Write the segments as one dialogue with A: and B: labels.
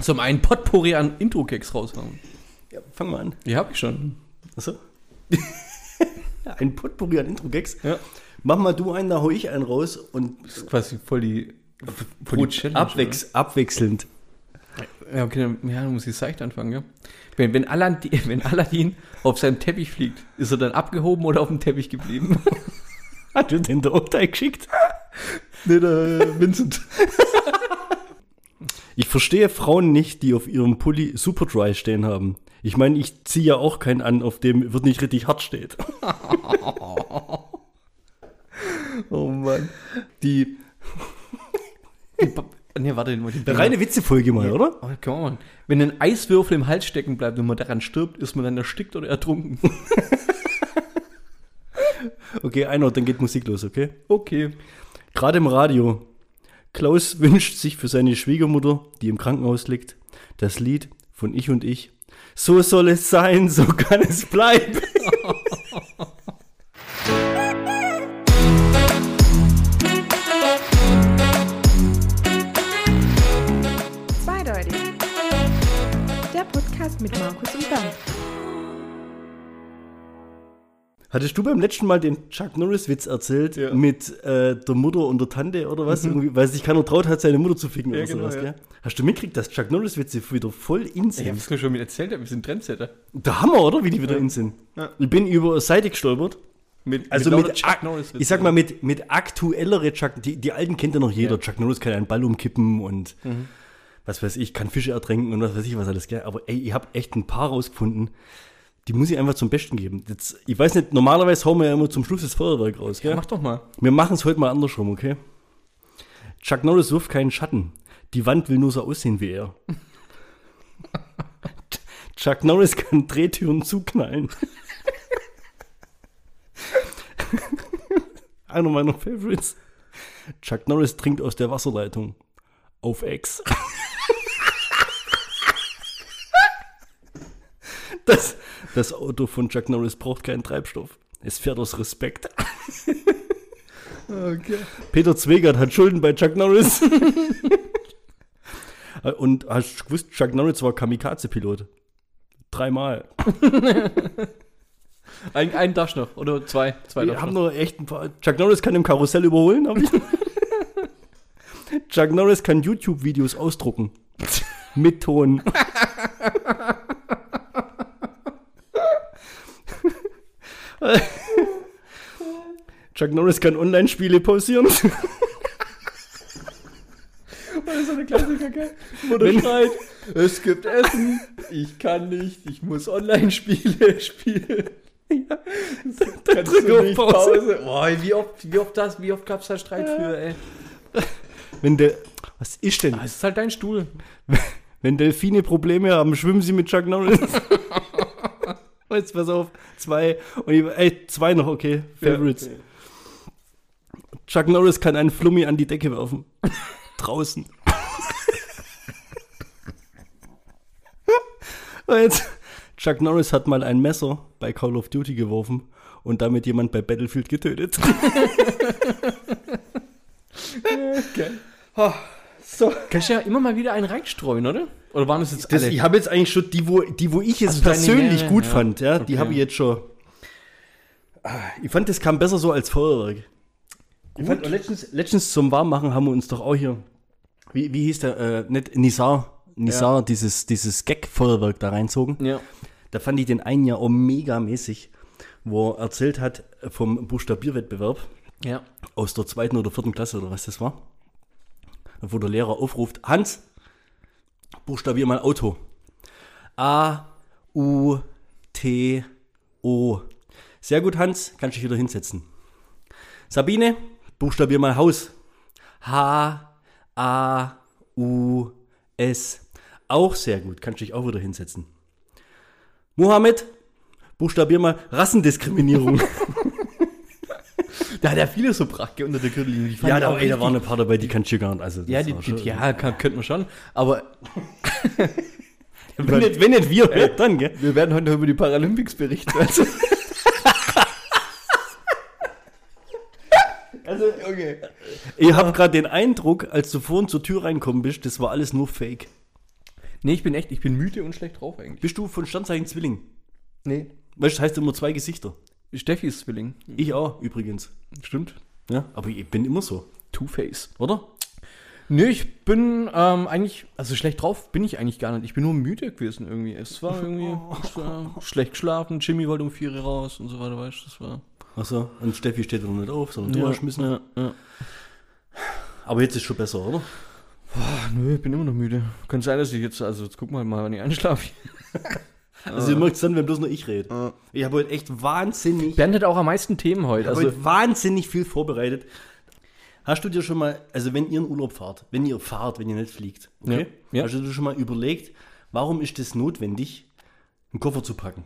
A: zum einen Potpourri an Intro-Kicks raushauen.
B: Ja, fang mal an.
A: Die habe ich schon.
B: Achso. Ein Potpourri an Intro-Gags.
A: Ja.
B: Mach mal du einen, da hol ich einen raus und
A: Das ist quasi voll die.
B: Gut, abwechs abwechselnd.
A: Ja, okay, dann, ja, dann muss ich seicht anfangen, ja. Wenn, wenn, Alan, wenn Aladdin auf seinem Teppich fliegt, ist er dann abgehoben oder auf dem Teppich geblieben?
B: Hat du den Doktor geschickt?
A: nee, der Vincent.
B: Ich verstehe Frauen nicht, die auf ihrem Pulli Superdry stehen haben. Ich meine, ich ziehe ja auch keinen an, auf dem wird nicht richtig hart steht.
A: Oh Mann. Die. die Ba- nee, warte mal. Die
B: Eine reine Witzefolge mal, oder?
A: Oh, kann man machen. Wenn ein Eiswürfel im Hals stecken bleibt und man daran stirbt, ist man dann erstickt oder ertrunken.
B: Okay, einer, dann geht Musik los, okay?
A: Okay.
B: Gerade im Radio. Klaus wünscht sich für seine Schwiegermutter, die im Krankenhaus liegt, das Lied von Ich und Ich. So soll es sein, so kann es bleiben.
C: Zweideutig. Der Podcast mit Markus und Dan.
B: Hattest du beim letzten Mal den Chuck Norris-Witz erzählt
A: Ja. Mhm.
B: mit äh, der Mutter und der Tante oder was? Irgendwie, weil sich keiner traut hat, seine Mutter zu ficken
A: Ja,
B: oder
A: genau,
B: sowas,
A: ja.
B: gell? Hast du mitgekriegt, dass Chuck Norris-Witze wieder voll in
A: Ich
B: sind?
A: hab's dir schon mit erzählt, wir sind Trendsetter.
B: Der Hammer, oder? Wie die wieder in sind.
A: Ja.
B: Ich bin über eine Seite gestolpert.
A: Mit,
B: Also mit,
A: Chuck
B: ak-
A: Norris.
B: ich sag mal, mit, mit aktuellere Chuck, die, die alten kennt ja noch jeder.
A: Ja. Mhm.
B: Chuck Norris kann einen Ball umkippen und was weiß ich, kann Fische ertränken und was weiß ich was alles. Gell? Aber ey, ich habe echt ein paar rausgefunden, die muss ich einfach zum Besten geben. Jetzt, ich weiß nicht, normalerweise hauen wir ja immer zum Schluss das Feuerwerk raus. Gell?
A: Mach doch mal.
B: wir machen es heute mal andersrum, okay? Chuck Norris wirft keinen Schatten. Die Wand will nur so aussehen wie er. Chuck Norris kann Drehtüren zuknallen. Einer meiner Favorites. Chuck Norris trinkt aus der Wasserleitung. Auf Ex. Das, das Auto von Chuck Norris braucht keinen Treibstoff. Es fährt aus Respekt.
A: Okay.
B: Peter Zwegert hat Schulden bei Chuck Norris. Und hast du gewusst, Chuck Norris war Kamikaze-Pilot? Dreimal.
A: Ein, einen darfst du noch. Oder zwei. Zwei
B: Wir
A: darfst du
B: haben
A: noch.
B: noch echt ein paar. Chuck Norris kann im Karussell überholen, hab ich. Chuck Norris kann YouTube-Videos ausdrucken. Mit Ton. Chuck Norris kann Online-Spiele pausieren.
A: Das ist so eine Klassiker, gell? Wo
B: Wenn-
A: schreit, es gibt Essen, ich kann nicht, ich muss Online-Spiele spielen. Ja, dann
B: drück auf Pause.
A: Boah, wie oft, wie oft, das- wie oft gab's da Streit für, ey?
B: Wenn der. Was ist denn?
A: Ah, Es ist halt dein Stuhl.
B: Wenn Delfine Probleme haben, schwimmen sie mit Chuck Norris. Jetzt pass auf, zwei. Und ich, ey, zwei noch, okay. Favorites. Chuck Norris kann einen Flummi an die Decke werfen. Draußen. Und Jetzt, Chuck Norris hat mal ein Messer bei Call of Duty geworfen und damit jemand bei Battlefield getötet.
A: So. Kannst du ja immer mal wieder einen reinstreuen, oder? Oder waren es jetzt
B: Das,
A: alle?
B: ich habe jetzt eigentlich schon die, wo, die, wo ich
A: Ach,
B: es
A: deine
B: persönlich
A: Nähe,
B: gut
A: ja.
B: fand, ja, die
A: Okay.
B: habe ich jetzt schon. Ah, Ich fand, das kam besser so als Feuerwerk. Ich fand, letztens, letztens zum Warmmachen haben wir uns doch auch hier. Wie, wie hieß der? Äh, nicht Nisar. Nisar, dieses, dieses Gag-Feuerwerk da reinzogen.
A: Ja.
B: Da fand ich den einen ja auch mega mäßig, wo er erzählt hat vom Buchstabierwettbewerb
A: Ja.
B: aus der zweiten oder vierten Klasse oder was das war. Wo der Lehrer aufruft, Hans, buchstabier mal Auto. A, U, T, O. Sehr gut, Hans, kannst dich wieder hinsetzen. Sabine, buchstabier mal Haus. H, A, U, S. Auch sehr gut, kannst dich auch wieder hinsetzen. Mohammed, buchstabier mal Rassendiskriminierung.
A: Da hat er viele so bracht, gell, unter der Gürtellinie. Die fand
B: ja,
A: ich
B: da,
A: auch
B: ey, da
A: richtig-
B: waren ein paar dabei, die kannst du gar nicht. Also, das
A: Ja, die,
B: war
A: die,
B: schon-
A: ja kann, könnte man schon. Aber
B: Wenn nicht, wenn nicht wir, wer dann, gell?
A: wir werden heute noch über die Paralympics berichten. Also, Also, okay.
B: Ich habe gerade den Eindruck, als du vorhin zur Tür reinkommen bist, das war alles nur Fake.
A: Nee, ich bin echt, ich bin müde und schlecht drauf eigentlich.
B: Bist du von Sternzeichen Zwilling?
A: Nee.
B: Weißt du, das heißt immer zwei Gesichter.
A: Steffi ist Zwilling.
B: Ich auch, übrigens.
A: Stimmt.
B: Ja, aber ich bin immer so,
A: Two-Face.
B: oder?
A: Nee, ich bin ähm, eigentlich, also schlecht drauf bin ich eigentlich gar nicht. Ich bin nur müde gewesen irgendwie. Es war irgendwie es war schlecht geschlafen. Jimmy wollte um vier Uhr raus und so weiter, weißt du, das war.
B: Achso, und Also, Steffi steht wieder nicht auf, sondern du hast müssen.
A: ja, ja.
B: Aber jetzt ist schon besser, oder?
A: Ach, nö, ich bin immer noch müde. Kann sein, dass ich jetzt, also jetzt guck mal mal, wann ich einschlafe.
B: Also ihr merkt es dann, wenn bloß nur ich rede. Ich habe heute echt wahnsinnig,
A: Bernd hat auch am meisten Themen heute.
B: also,
A: Also,
B: heute wahnsinnig viel vorbereitet. Hast du dir schon mal, also wenn ihr in Urlaub fahrt, wenn ihr fahrt, wenn ihr nicht fliegt, okay?
A: Ja, ja.
B: Hast du dir schon mal überlegt, warum ist es notwendig, einen Koffer zu packen?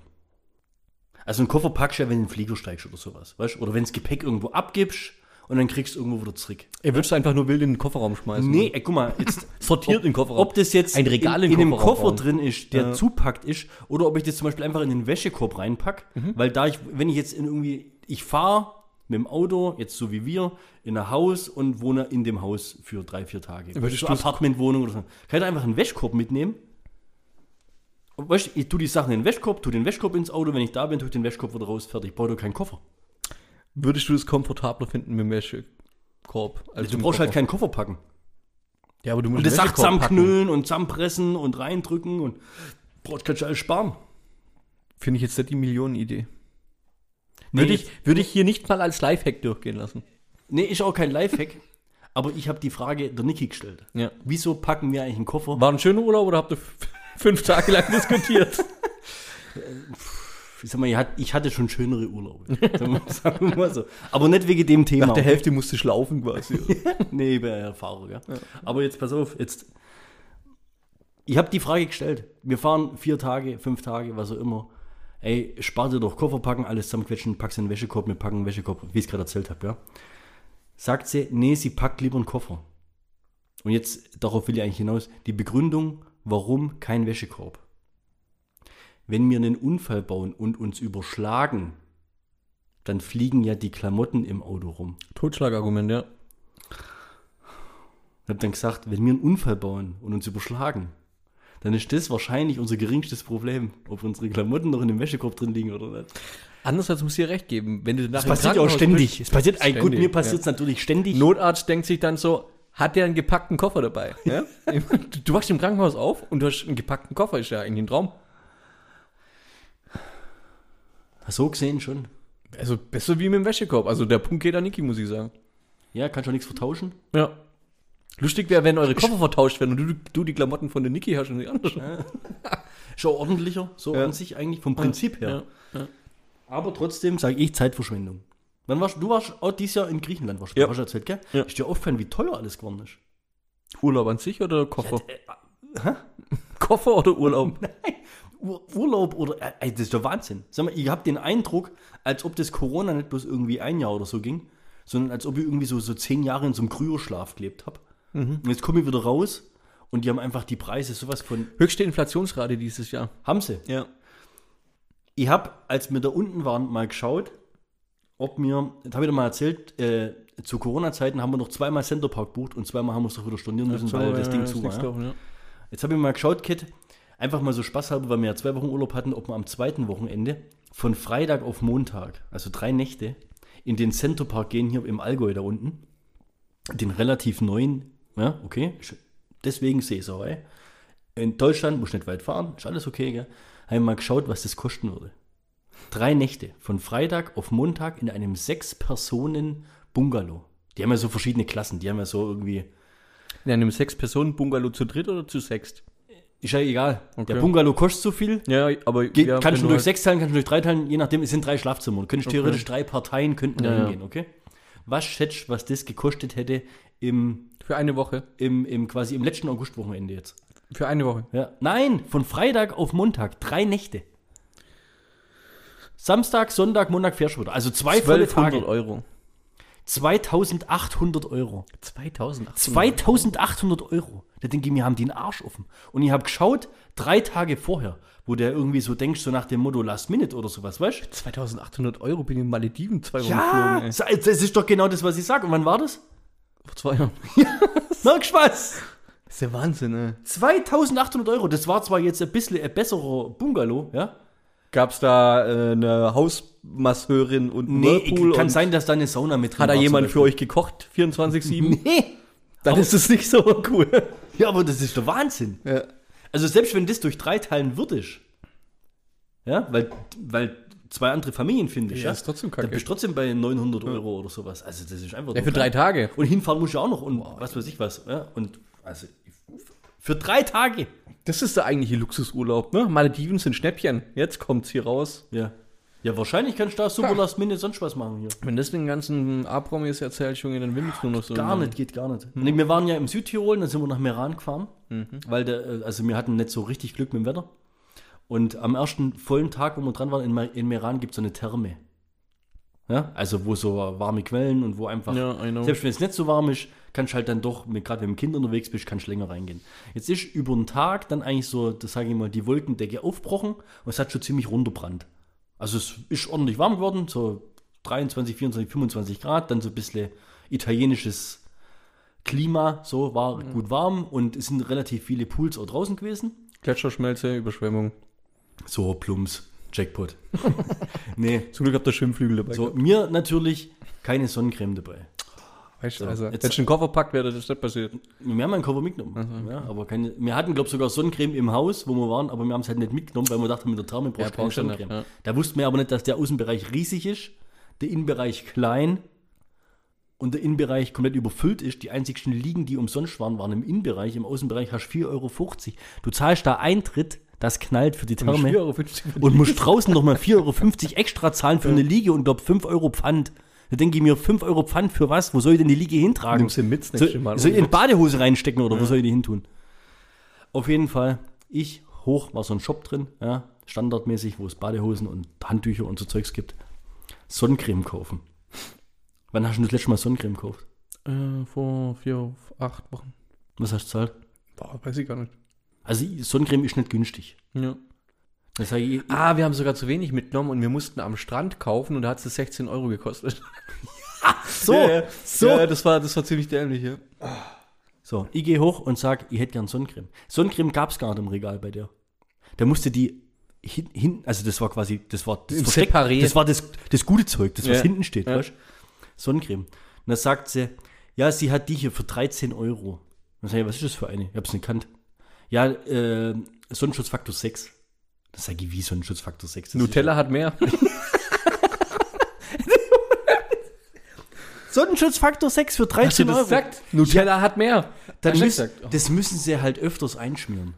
B: Also einen Koffer packst du ja, wenn du in den Flieger steigst oder sowas, weißt du? Oder wenn das Gepäck irgendwo abgibst und dann kriegst du irgendwo wieder zurück.
A: ihr würdest einfach nur wild in den Kofferraum schmeißen.
B: Nee, ey, guck mal, jetzt
A: Also Sortiert
B: ob,
A: in den Kofferraum.
B: Ob das jetzt
A: Ein Regal in
B: in, in
A: den
B: dem
A: Kofferraum
B: Koffer
A: bauen.
B: drin ist, der
A: Ja.
B: zupackt ist, oder ob ich das zum Beispiel einfach in den Wäschekorb reinpack,
A: Mhm.
B: weil da ich, wenn ich jetzt in irgendwie, ich fahre mit dem Auto, jetzt so wie wir, in ein Haus und wohne in dem Haus für drei, vier Tage.
A: Würdest
B: so
A: du's-
B: Apartmentwohnung oder so. Kann ich da einfach einen Wäschekorb mitnehmen? Und Weißt, du, ich tue die Sachen in den Wäschekorb, tue den Wäschekorb ins Auto, wenn ich da bin, tue ich den Wäschekorb wieder raus, fertig. Ich brauche doch keinen Koffer. Also
A: Würdest du das komfortabler finden mit dem Wäschekorb? als
B: Du
A: im
B: brauchst halt
A: Koffer?
B: keinen Koffer packen.
A: Ja, aber du musst
B: Und
A: den
B: das sagt
A: Wäschekorb packen.
B: zusammenknüllen und zusammenpressen und reindrücken und brauchst kannst du alles sparen.
A: Finde ich jetzt nicht die Millionenidee.
B: Nee,
A: würde,
B: jetzt-
A: ich, würde ich hier nicht mal als Lifehack durchgehen lassen.
B: Nee, ist auch kein Lifehack, aber ich habe die Frage der Niki gestellt.
A: Ja.
B: Wieso packen wir eigentlich einen Koffer?
A: War ein schöner Urlaub oder habt ihr f- fünf Tage lang diskutiert?
B: Ich sag mal, ich hat- ich hatte schon schönere Urlaube. Sagen wir- Sagen wir mal so. Aber nicht wegen dem Thema.
A: Nach der Hälfte musste ich laufen quasi.
B: nee, ich bin ja Erfahrer, gell? Aber jetzt pass auf, jetzt. Ich habe die Frage gestellt. Wir fahren vier Tage, fünf Tage, was auch immer. Ey, spar dir doch Koffer packen, alles zusammenquetschen, packst in den Wäschekorb, wir packen einen Wäschekorb, wie ich es gerade erzählt habe, ja. Sagt sie, nee, sie packt lieber einen Koffer. Und jetzt, darauf will ich eigentlich hinaus, die Begründung, warum kein Wäschekorb. Wenn wir einen Unfall bauen und uns überschlagen, dann fliegen ja die Klamotten im Auto rum.
A: Totschlagargument, ja.
B: Und hab dann gesagt, wenn wir einen Unfall bauen und uns überschlagen, dann ist das wahrscheinlich unser geringstes Problem, ob unsere Klamotten noch in dem Wäschekorb drin liegen oder nicht.
A: Andererseits muss ich dir recht geben, wenn du danach
B: Das passiert ja auch ständig. Es passiert, ey, gut, mir passiert es
A: ja.
B: natürlich ständig.
A: Notarzt denkt sich dann so, hat der einen gepackten Koffer dabei? Ja? du, du wachst im Krankenhaus auf und du hast einen gepackten Koffer, ist ja eigentlich ein Traum.
B: So gesehen schon.
A: Also besser wie mit dem Wäschekorb. Also der Punkt geht an Niki, muss ich sagen.
B: Ja, kannst du auch nichts vertauschen.
A: Ja. Lustig wäre, wenn eure Koffer vertauscht werden und du, du die Klamotten von der Niki hast und die anderen.
B: Ist auch ordentlicher, so
A: Ja.
B: an sich eigentlich vom Prinzip her.
A: Ja.
B: Aber trotzdem sage ich Zeitverschwendung. Wann warst, du warst auch dieses Jahr in Griechenland, warst du,
A: Ja.
B: hast du erzählt, gell?
A: Ja.
B: Ist dir aufgefallen, wie teuer alles geworden ist?
A: Urlaub an sich oder Koffer?
B: äh,
A: Koffer oder Urlaub?
B: Ur Urlaub oder. äh, Ey, das ist doch Wahnsinn. Sag mal, ihr habt den Eindruck, als ob das Corona nicht bloß irgendwie ein Jahr oder so ging, sondern als ob ich irgendwie so, so zehn Jahre in so einem Kryoschlaf gelebt habe. Und jetzt komme ich wieder raus und die haben einfach die Preise sowas von.
A: Höchste Inflationsrate dieses Jahr.
B: Haben sie.
A: Ja.
B: Ich habe, als wir da unten waren, mal geschaut, ob mir. Das habe ich dir mal erzählt, äh, zu Corona-Zeiten haben wir noch zweimal Centerpark bucht und zweimal haben wir es doch wieder stornieren müssen, weil das Ding zu war. ja.
A: ja.
B: Jetzt habe ich mal geschaut, Kit, einfach mal so Spaß haben, weil wir ja zwei Wochen Urlaub hatten, ob wir am zweiten Wochenende von Freitag auf Montag, also drei Nächte, in den Centerpark gehen, hier im Allgäu da unten. Den relativ neuen, ja, okay, ist- deswegen Seeserei. In Deutschland musst du nicht weit fahren, ist alles okay, gell? Habe ich mal geschaut, was das kosten würde. Drei Nächte, von Freitag auf Montag in einem Sechs-Personen-Bungalow. Die haben ja so verschiedene Klassen, die haben ja so irgendwie
A: In einem Sechs-Personen-Bungalow zu dritt oder zu sechst?
B: Ist ja egal.
A: Okay.
B: Der Bungalow kostet so viel.
A: Ja, aber
B: Geht,
A: ja,
B: kannst
A: wenn du
B: du durch
A: halt-
B: sechs teilen, kannst du durch drei teilen, je nachdem. Es sind drei Schlafzimmer. Du könntest theoretisch drei Parteien könnten
A: Ja,
B: da
A: ja.
B: hingehen, okay? Was schätzt, was das gekostet hätte im,
A: Für eine Woche.
B: im, im quasi im letzten Augustwochenende jetzt?
A: Für eine Woche.
B: Ja. Nein, von Freitag auf Montag, drei Nächte. Samstag, Sonntag, Montag fährst du wieder. Also zwei volle Tage.
A: Euro.
B: 2800 Euro.
A: 2008.
B: 2800 Euro. Da denke ich mir, haben die einen Arsch offen. Und ich habe geschaut, drei Tage vorher, wo der irgendwie so denkst, so nach dem Motto Last Minute oder sowas, weißt
A: 2800 Euro bin ich in den Malediven zwei
B: du?
A: Wochen
B: Ja,
A: geflogen,
B: das das ist doch genau das, was ich sage. Und wann war das?
A: ey. Vor zwei Jahren.
B: Merkst du was?
A: ist der Wahnsinn, ey.
B: 2800 Euro, das war zwar jetzt ein bisschen ein besserer Bungalow, ja?
A: Gab's da äh, eine Hausmasseurin und einen
B: Nee, ich-
A: Whirlpool
B: kann
A: und
B: sein, dass da eine Sauna mit drin
A: hat da
B: war,
A: jemand
B: zum
A: für euch gekocht, 24-7?
B: Beispiel. Nee!
A: Dann ist es nicht so cool.
B: Ja, aber das ist der Wahnsinn.
A: Ja.
B: Also selbst wenn das durch drei teilen würdest, ja, weil, weil zwei andere Familien finde ich,
A: Ja, ist trotzdem kacke.
B: Dann bist du trotzdem bei 900 Euro oder sowas. Also das ist einfach
A: Ja,
B: nur
A: für drei
B: kacke.
A: Tage.
B: Und hinfahren muss ich auch noch und was weiß ich was. Ja, und also für drei Tage.
A: Das ist der eigentliche Luxusurlaub, ne? Malediven sind Schnäppchen. Jetzt kommt's hier raus.
B: Ja. Ja, wahrscheinlich kannst du da super
A: Ja.
B: Last Minute sonst was machen hier.
A: Wenn das den ganzen A-Promis erzählt, Junge, dann will ich nur noch so.
B: Gar nicht, geht gar nicht. Nee, wir waren ja im Südtirol, dann sind wir nach Meran gefahren, weil der, äh, also wir hatten nicht so richtig Glück mit dem Wetter. Und am ersten vollen Tag, wo wir dran waren, in, Ma- in Meran gibt es so eine Therme. Ja, also wo so warme Quellen und wo einfach,
A: Ja, I know.
B: selbst wenn es nicht so warm ist, kannst du halt dann doch, mit- gerade wenn du mit dem Kind unterwegs bist, kannst du länger reingehen. Jetzt ist über den Tag dann eigentlich so, das sage ich mal, die Wolkendecke aufbrochen und es hat schon ziemlich runterbrannt. Also es ist ordentlich warm geworden, so 23, 24, 25 Grad, dann so ein bisschen italienisches Klima, so war gut warm und es sind relativ viele Pools auch draußen gewesen.
A: Gletscherschmelze, Überschwemmung.
B: So plumps, Jackpot. nee,
A: Zum Glück habt ihr Schwimmflügel dabei.
B: so mir natürlich keine Sonnencreme dabei.
A: weißt du,
B: so,
A: also,
B: jetzt-
A: hättest du einen Koffer packt, wäre das nicht passiert.
B: Wir haben einen Koffer mitgenommen. Ja, aber keine, wir hatten, glaube ich, sogar Sonnencreme im Haus, wo wir waren, aber wir haben es halt nicht mitgenommen, weil wir dachten, mit der Therme brauchst du keine
A: brauchst du nicht,
B: Sonnencreme.
A: ja.
B: Da wussten wir aber nicht, dass der Außenbereich riesig ist, der Innenbereich klein und der Innenbereich komplett überfüllt ist. Die einzigsten Liegen, die umsonst waren, waren im Innenbereich. Im Außenbereich hast du 4,50 Euro. Du zahlst da Eintritt, das knallt für die Therme.
A: 4,50 Euro.
B: und musst draußen nochmal 4,50 Euro extra zahlen für eine Liege und glaub 5 Euro Pfand. Da denke ich mir, 5 Euro Pfand für was? Wo soll ich denn die Liege hintragen?
A: Nimmst du mit das
B: so,
A: nächste Mal.
B: so in Badehose reinstecken oder wo soll ich die hintun? Auf jeden Fall, ich hoch, war so ein Shop drin, ja, standardmäßig, wo es Badehosen und Handtücher und so Zeugs gibt. Sonnencreme kaufen. Wann hast du das letzte Mal Sonnencreme gekauft?
A: Äh, vor vier, acht Wochen.
B: Was hast du gezahlt?
A: Boah, weiß ich gar nicht.
B: Also Sonnencreme ist nicht günstig.
A: Ja.
B: Das sag ich,
A: Ah, wir haben sogar zu wenig mitgenommen und wir mussten am Strand kaufen und da hat es 16 Euro gekostet.
B: so, so.
A: Ja, das war, das war ziemlich dämlich, ja.
B: So, ich gehe hoch und sag, ich hätte gern Sonnencreme. Sonnencreme gab's gar nicht im Regal bei dir. Da musste die hin, hin also das war quasi, das war das,
A: Im
B: Versteck-
A: Separé.
B: das war das, das gute Zeug, das was
A: Ja.
B: hinten steht,
A: Ja.
B: weißt? Sonnencreme. Und da sagt sie, ja, sie hat die hier für 13 Euro. Und sag ich, was ist das für eine? Ich hab's nicht kannt. Ja, äh, Sonnenschutzfaktor 6. Das sag ich, wie Sonnenschutzfaktor 6? Das
A: Nutella hat mehr.
B: Ist, Sonnenschutzfaktor 6 für 13 Euro.
A: Nutella hat mehr.
B: Dann
A: Hast du
B: müssen,
A: gesagt? Oh.
B: Das müssen sie halt öfters einschmieren.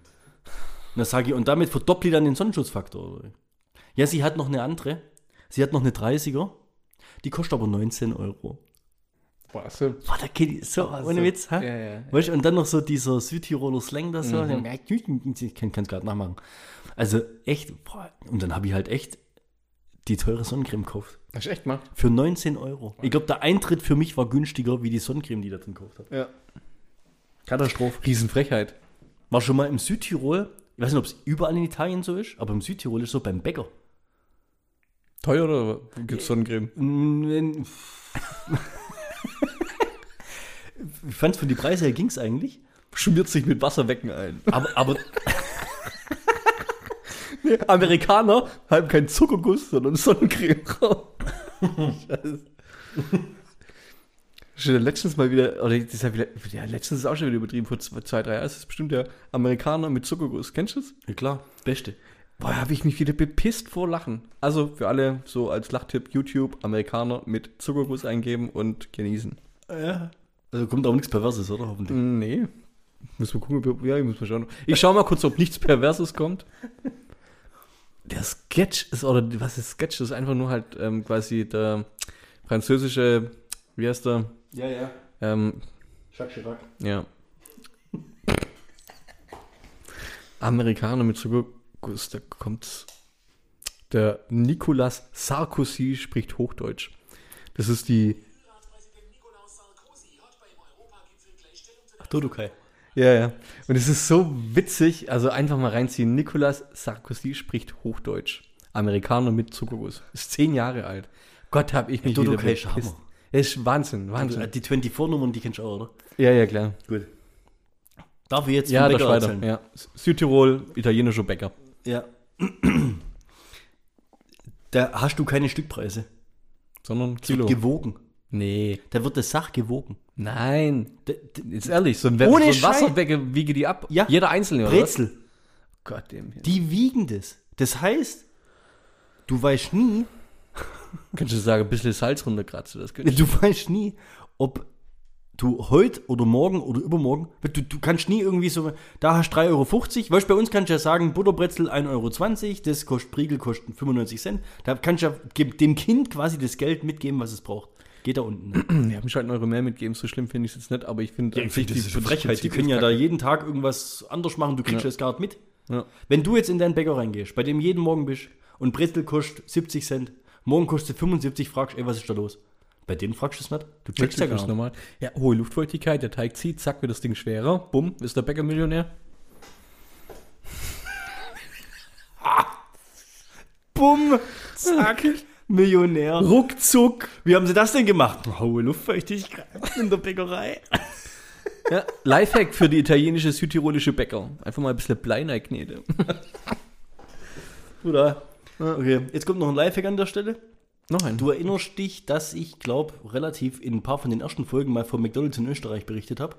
B: Und das sage ich, und damit verdoppt die dann den Sonnenschutzfaktor. Oder? wie? Ja, sie hat noch eine andere. Sie hat noch eine 30er. Die kostet aber 19
A: Oh,
B: Euro.
A: Boah, so.
B: Boah, da geht die- so, ohne
A: so.
B: Witz, ha?
A: Ja, ja,
B: Weißt, du, und dann noch so dieser Südtiroler Slang da so. Ich kann es gerade nachmachen. Also echt, boah. und dann habe ich halt echt die teure Sonnencreme gekauft.
A: Hast du echt mal?
B: Für 19 Euro. Ich glaube, der Eintritt für mich war günstiger wie die Sonnencreme, die ich da drin gekauft habe.
A: Ja.
B: Katastrophe.
A: Riesenfrechheit.
B: War schon mal im Südtirol, ich weiß nicht, ob es überall in Italien so ist, aber im Südtirol ist so beim Bäcker.
A: Teuer oder gibt's Sonnencreme?
B: Ich fand von die Preise her ging es eigentlich.
A: Schmiert sich mit Wasserwecken ein.
B: Aber, aber
A: Amerikaner haben keinen Zuckerguss, sondern Sonnencreme drauf. Scheiße. Schon letztens mal wieder, oder das ist ja wieder, ja, letztens ist auch schon wieder übertrieben, vor zwei, zwei, drei Jahren ist es bestimmt der Amerikaner mit Zuckerguss. Kennst du das?
B: ja klar, Beste.
A: Boah, habe ich mich wieder bepisst vor Lachen. Also für alle so als Lachtipp YouTube Amerikaner mit Zuckerguss eingeben und genießen.
B: Also kommt auch nichts Perverses, oder? Hoffentlich.
A: Nee. Müssen wir gucken, ob- ja, ich muss mal schauen. Ich schau mal kurz, ob nichts Perverses kommt. Der Sketch ist, oder was ist Sketch? Das ist einfach nur halt ähm, quasi der französische, wie heißt der?
B: Ja, ja.
A: Ähm,
B: Jacques Chirac.
A: ja. Amerikaner mit Zuckerguss, da kommt's. Der Nicolas Sarkozy spricht Hochdeutsch. Das ist die.
B: Ach, Dodokai.
A: Ja, ja. Und es ist so witzig, also einfach mal reinziehen. Nicolas Sarkozy spricht Hochdeutsch. Amerikaner mit Zuckerguss. Ist zehn Jahre alt. Gott, hab ich mich
B: Dodo
A: wieder
B: Kai ist
A: bepisst.
B: Hammer. Also,
A: Es ist Wahnsinn, Wahnsinn.
B: äh, Die 24-Nummern, die kennst du auch, oder?
A: Ja, ja, klar.
B: Gut. Darf ich jetzt
A: Ja,
B: vom
A: der
B: Bäcker
A: Schweizer.
B: erzählen?
A: Ja. Südtirol, italienischer Bäcker.
B: Ja. Da hast du keine Stückpreise.
A: Sondern
B: Es wird
A: Kilo.
B: Gewogen.
A: Nee.
B: Da wird das Sach gewogen.
A: Nein.
B: Da, da,
A: Jetzt ehrlich, so ein, We
B: Ohne
A: so ein
B: Scheiß.
A: Wasserbäcker wiege die ab.
B: Ja.
A: Jeder einzelne, oder? was?
B: Brezel.
A: Gott, dem hier.
B: Die wiegen das. Das heißt, du weißt nie,
A: Könntest du sagen, ein bisschen Salz runterkratzt. Das könnte
B: du weißt nie, ob du heute oder morgen oder übermorgen, du, du kannst nie irgendwie so, da hast du 3,50 Euro. Weißt du, bei uns kannst du ja sagen, Butterbrezel 1,20 Euro, das kostet Priegel, kostet 95 Cent. Da kannst du ja geb- dem Kind quasi das Geld mitgeben, was es braucht. Geht da unten. ne?
A: Die haben mich halt einen Euro mehr mitgegeben, so schlimm finde ich es jetzt nicht, aber ich finde
B: Ja, ich finde, das ist eine Frechheit. Die können ja da jeden Tag irgendwas anders machen, du kriegst
A: Ja.
B: das gar nicht mit.
A: Ja.
B: Wenn du jetzt in deinen Bäcker reingehst, bei dem jeden Morgen bist und Brezel kostet 70 Cent, morgen kostet sie 75, fragst ey, was ist da los? Bei denen fragst du es nicht. Du checkst ja
A: Checkst
B: gar nicht.
A: normal. Ja, hohe Luftfeuchtigkeit, der Teig zieht, zack, wird das Ding schwerer. Bumm, ist der Bäcker Millionär.
B: Bumm, zack, Millionär.
A: Ruckzuck.
B: Wie haben sie das denn gemacht? Hohe Luftfeuchtigkeit in der Bäckerei.
A: Ja, Lifehack für die italienische, südtirolische Bäcker. Einfach mal ein bisschen Bleinei-Knete.
B: Oder? Okay, jetzt kommt noch ein Lifehack an der Stelle.
A: Noch ein.
B: Du erinnerst dich, dass ich, glaube relativ in ein paar von den ersten Folgen mal von McDonalds in Österreich berichtet habe.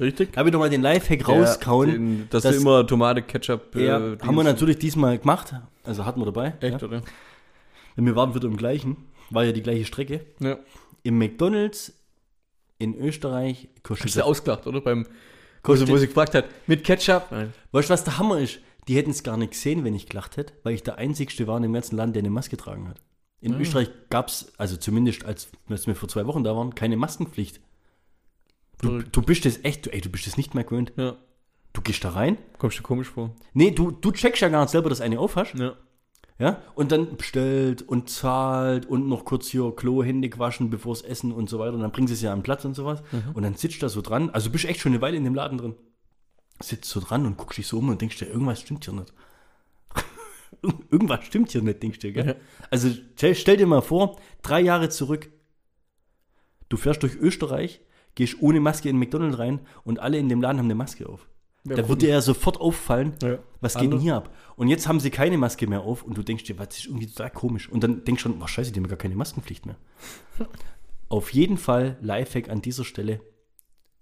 A: richtig?
B: Da habe ich nochmal den Lifehack rauskauen.
A: Den, dass
B: das-
A: du immer Tomate, Ketchup,
B: Ja,
A: äh,
B: haben wir
A: Dings-
B: natürlich diesmal gemacht. Also hatten wir dabei.
A: Echt,
B: Ja.
A: oder?
B: Wir waren wieder im gleichen. War ja die gleiche Strecke.
A: Ja.
B: Im McDonalds in Österreich kostet
A: Hast du
B: das.
A: ausgelacht, oder? Beim, Also,
B: Kostet-
A: wo sie gefragt hat, mit Ketchup? Nein.
B: Weißt du, was der Hammer ist? Die hätten es gar nicht gesehen, wenn ich gelacht hätte, weil ich der Einzigste war in dem ganzen Land, der eine Maske getragen hat. In Österreich gab es, also zumindest als, als wir vor zwei Wochen da waren, keine Maskenpflicht. Du,
A: Verrückt.
B: du bist das echt, du, ey, du bist das nicht mehr gewöhnt.
A: Ja.
B: Du gehst da rein.
A: Kommst du komisch vor?
B: Nee, du, du checkst ja gar nicht selber, dass eine auf hast.
A: Ja.
B: Ja, und dann bestellt und zahlt und noch kurz hier Klo, Hände waschen, bevor es essen und so weiter. Und dann bringen sie es ja am Platz und sowas. Und dann sitzt du da so dran. Also du bist echt schon eine Weile in dem Laden drin. Sitzt so dran und guckst dich so um und denkst dir, irgendwas stimmt hier nicht. irgendwas stimmt hier nicht, denkst du, gell?
A: Ja.
B: Also stell, stell dir mal vor, drei Jahre zurück. Du fährst durch Österreich, gehst ohne Maske in den McDonald's rein und alle in dem Laden haben eine Maske auf. da
A: gucken.
B: würde dir ja sofort auffallen,
A: Ja.
B: was geht denn
A: Andere-
B: hier ab? Und jetzt haben sie keine Maske mehr auf und du denkst dir, was ist irgendwie total komisch. Und dann denkst schon, oh scheiße, die haben ja gar keine Maskenpflicht mehr. auf jeden Fall Lifehack an dieser Stelle.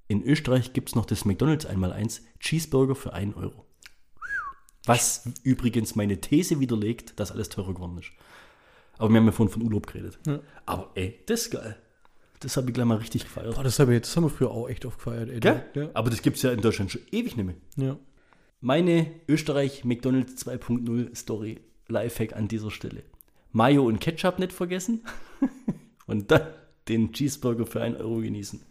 B: In Österreich gibt es noch das McDonalds einmal eins Cheeseburger für 1 Euro. Was übrigens meine These widerlegt, dass alles teurer geworden ist. Aber wir haben ja vorhin von Urlaub geredet. Aber ey, das ist geil. Das habe ich gleich mal richtig gefeiert.
A: Boah, das haben wir jetzt, das haben wir früher auch echt oft gefeiert, ey.
B: Gell?
A: Ja.
B: Aber das gibt es ja in Deutschland schon ewig nicht mehr.
A: ja.
B: Meine Österreich McDonalds 2.0 Story Lifehack an dieser Stelle. Mayo und Ketchup nicht vergessen. und dann den Cheeseburger für 1 Euro genießen.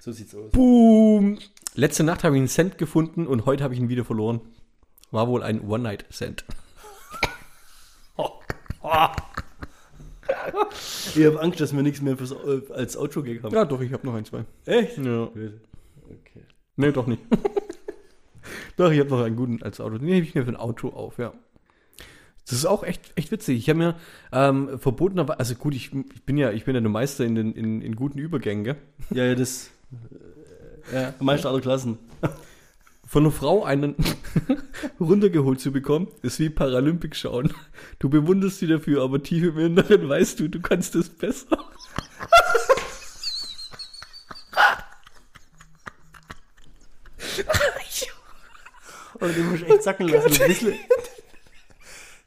B: So sieht's aus.
A: Boom. Letzte Nacht habe ich einen Cent gefunden und heute habe ich ihn wieder verloren. War wohl ein One-Night-Cent.
B: Ich habe Angst, dass wir nichts mehr fürs, äh, als Outro-Gag haben.
A: Ja, doch, ich habe noch ein, zwei.
B: Echt?
A: Ja.
B: Okay.
A: Nee, doch nicht. doch, ich habe noch einen guten als Auto. Den hebe ich mir für ein Auto auf, ja. Das ist auch echt, echt witzig. Ich habe mir ähm, verbotenerweise, also gut, ich, ich bin ja, ich bin ja der Meister in, den, in, in guten Übergängen, gell?
B: Ja, ja, das.
A: Ja.
B: Meister aller Klassen.
A: Von einer Frau einen runtergeholt zu bekommen, ist wie Paralympic schauen. Du bewunderst sie dafür, aber tief im Inneren weißt du, du kannst es besser.
B: Aber den musst du echt sacken lassen. Den musst du- Oh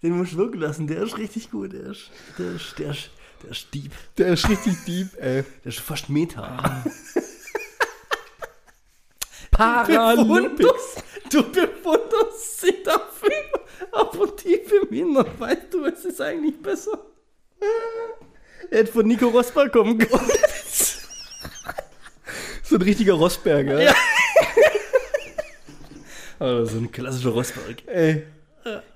B: Den musst du wirken lassen. Der ist richtig gut. Der ist, der ist, der ist, der ist deep.
A: Der ist richtig deep, ey.
B: Der ist fast Meta.
A: Paralympics.
B: Du bewunderst sie dafür, aber tief im Inneren weißt du, es ist eigentlich besser. Er hätte von Nico Rosbach kommen können.
A: So ein richtiger Rossberger. Ja.
B: Also so ein klassischer Rosberg.
A: Ey.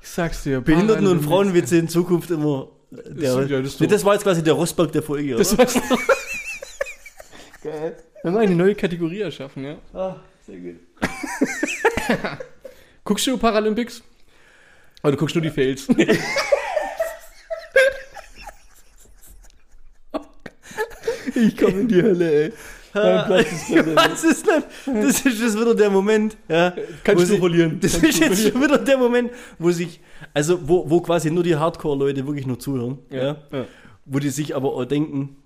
A: Ich sag's dir.
B: Behinderten- und
A: Paralympics.
B: Frauenwitze in Zukunft immer. Der,
A: ja, das ist
B: Nee,
A: so.
B: das war jetzt quasi der Rosberg der Folge,
A: Das
B: oder?
A: war's noch. Wenn wir eine neue Kategorie erschaffen, ja.
B: Ah, sehr gut.
A: Guckst du Paralympics? Aber du guckst nur die Fails. ich komme in die Hölle, ey. Mein Platz Oh ist verloren.
B: Ah. Was ist denn? Das ist jetzt wieder der Moment. Ja,
A: Kannst
B: wo
A: du
B: sich-
A: verlieren.
B: Das
A: Kannst
B: ist
A: du
B: jetzt
A: verlieren.
B: schon wieder der Moment, wo sich, also wo, wo quasi nur die Hardcore-Leute wirklich nur zuhören. Ja.
A: Ja.
B: Wo die sich aber auch denken,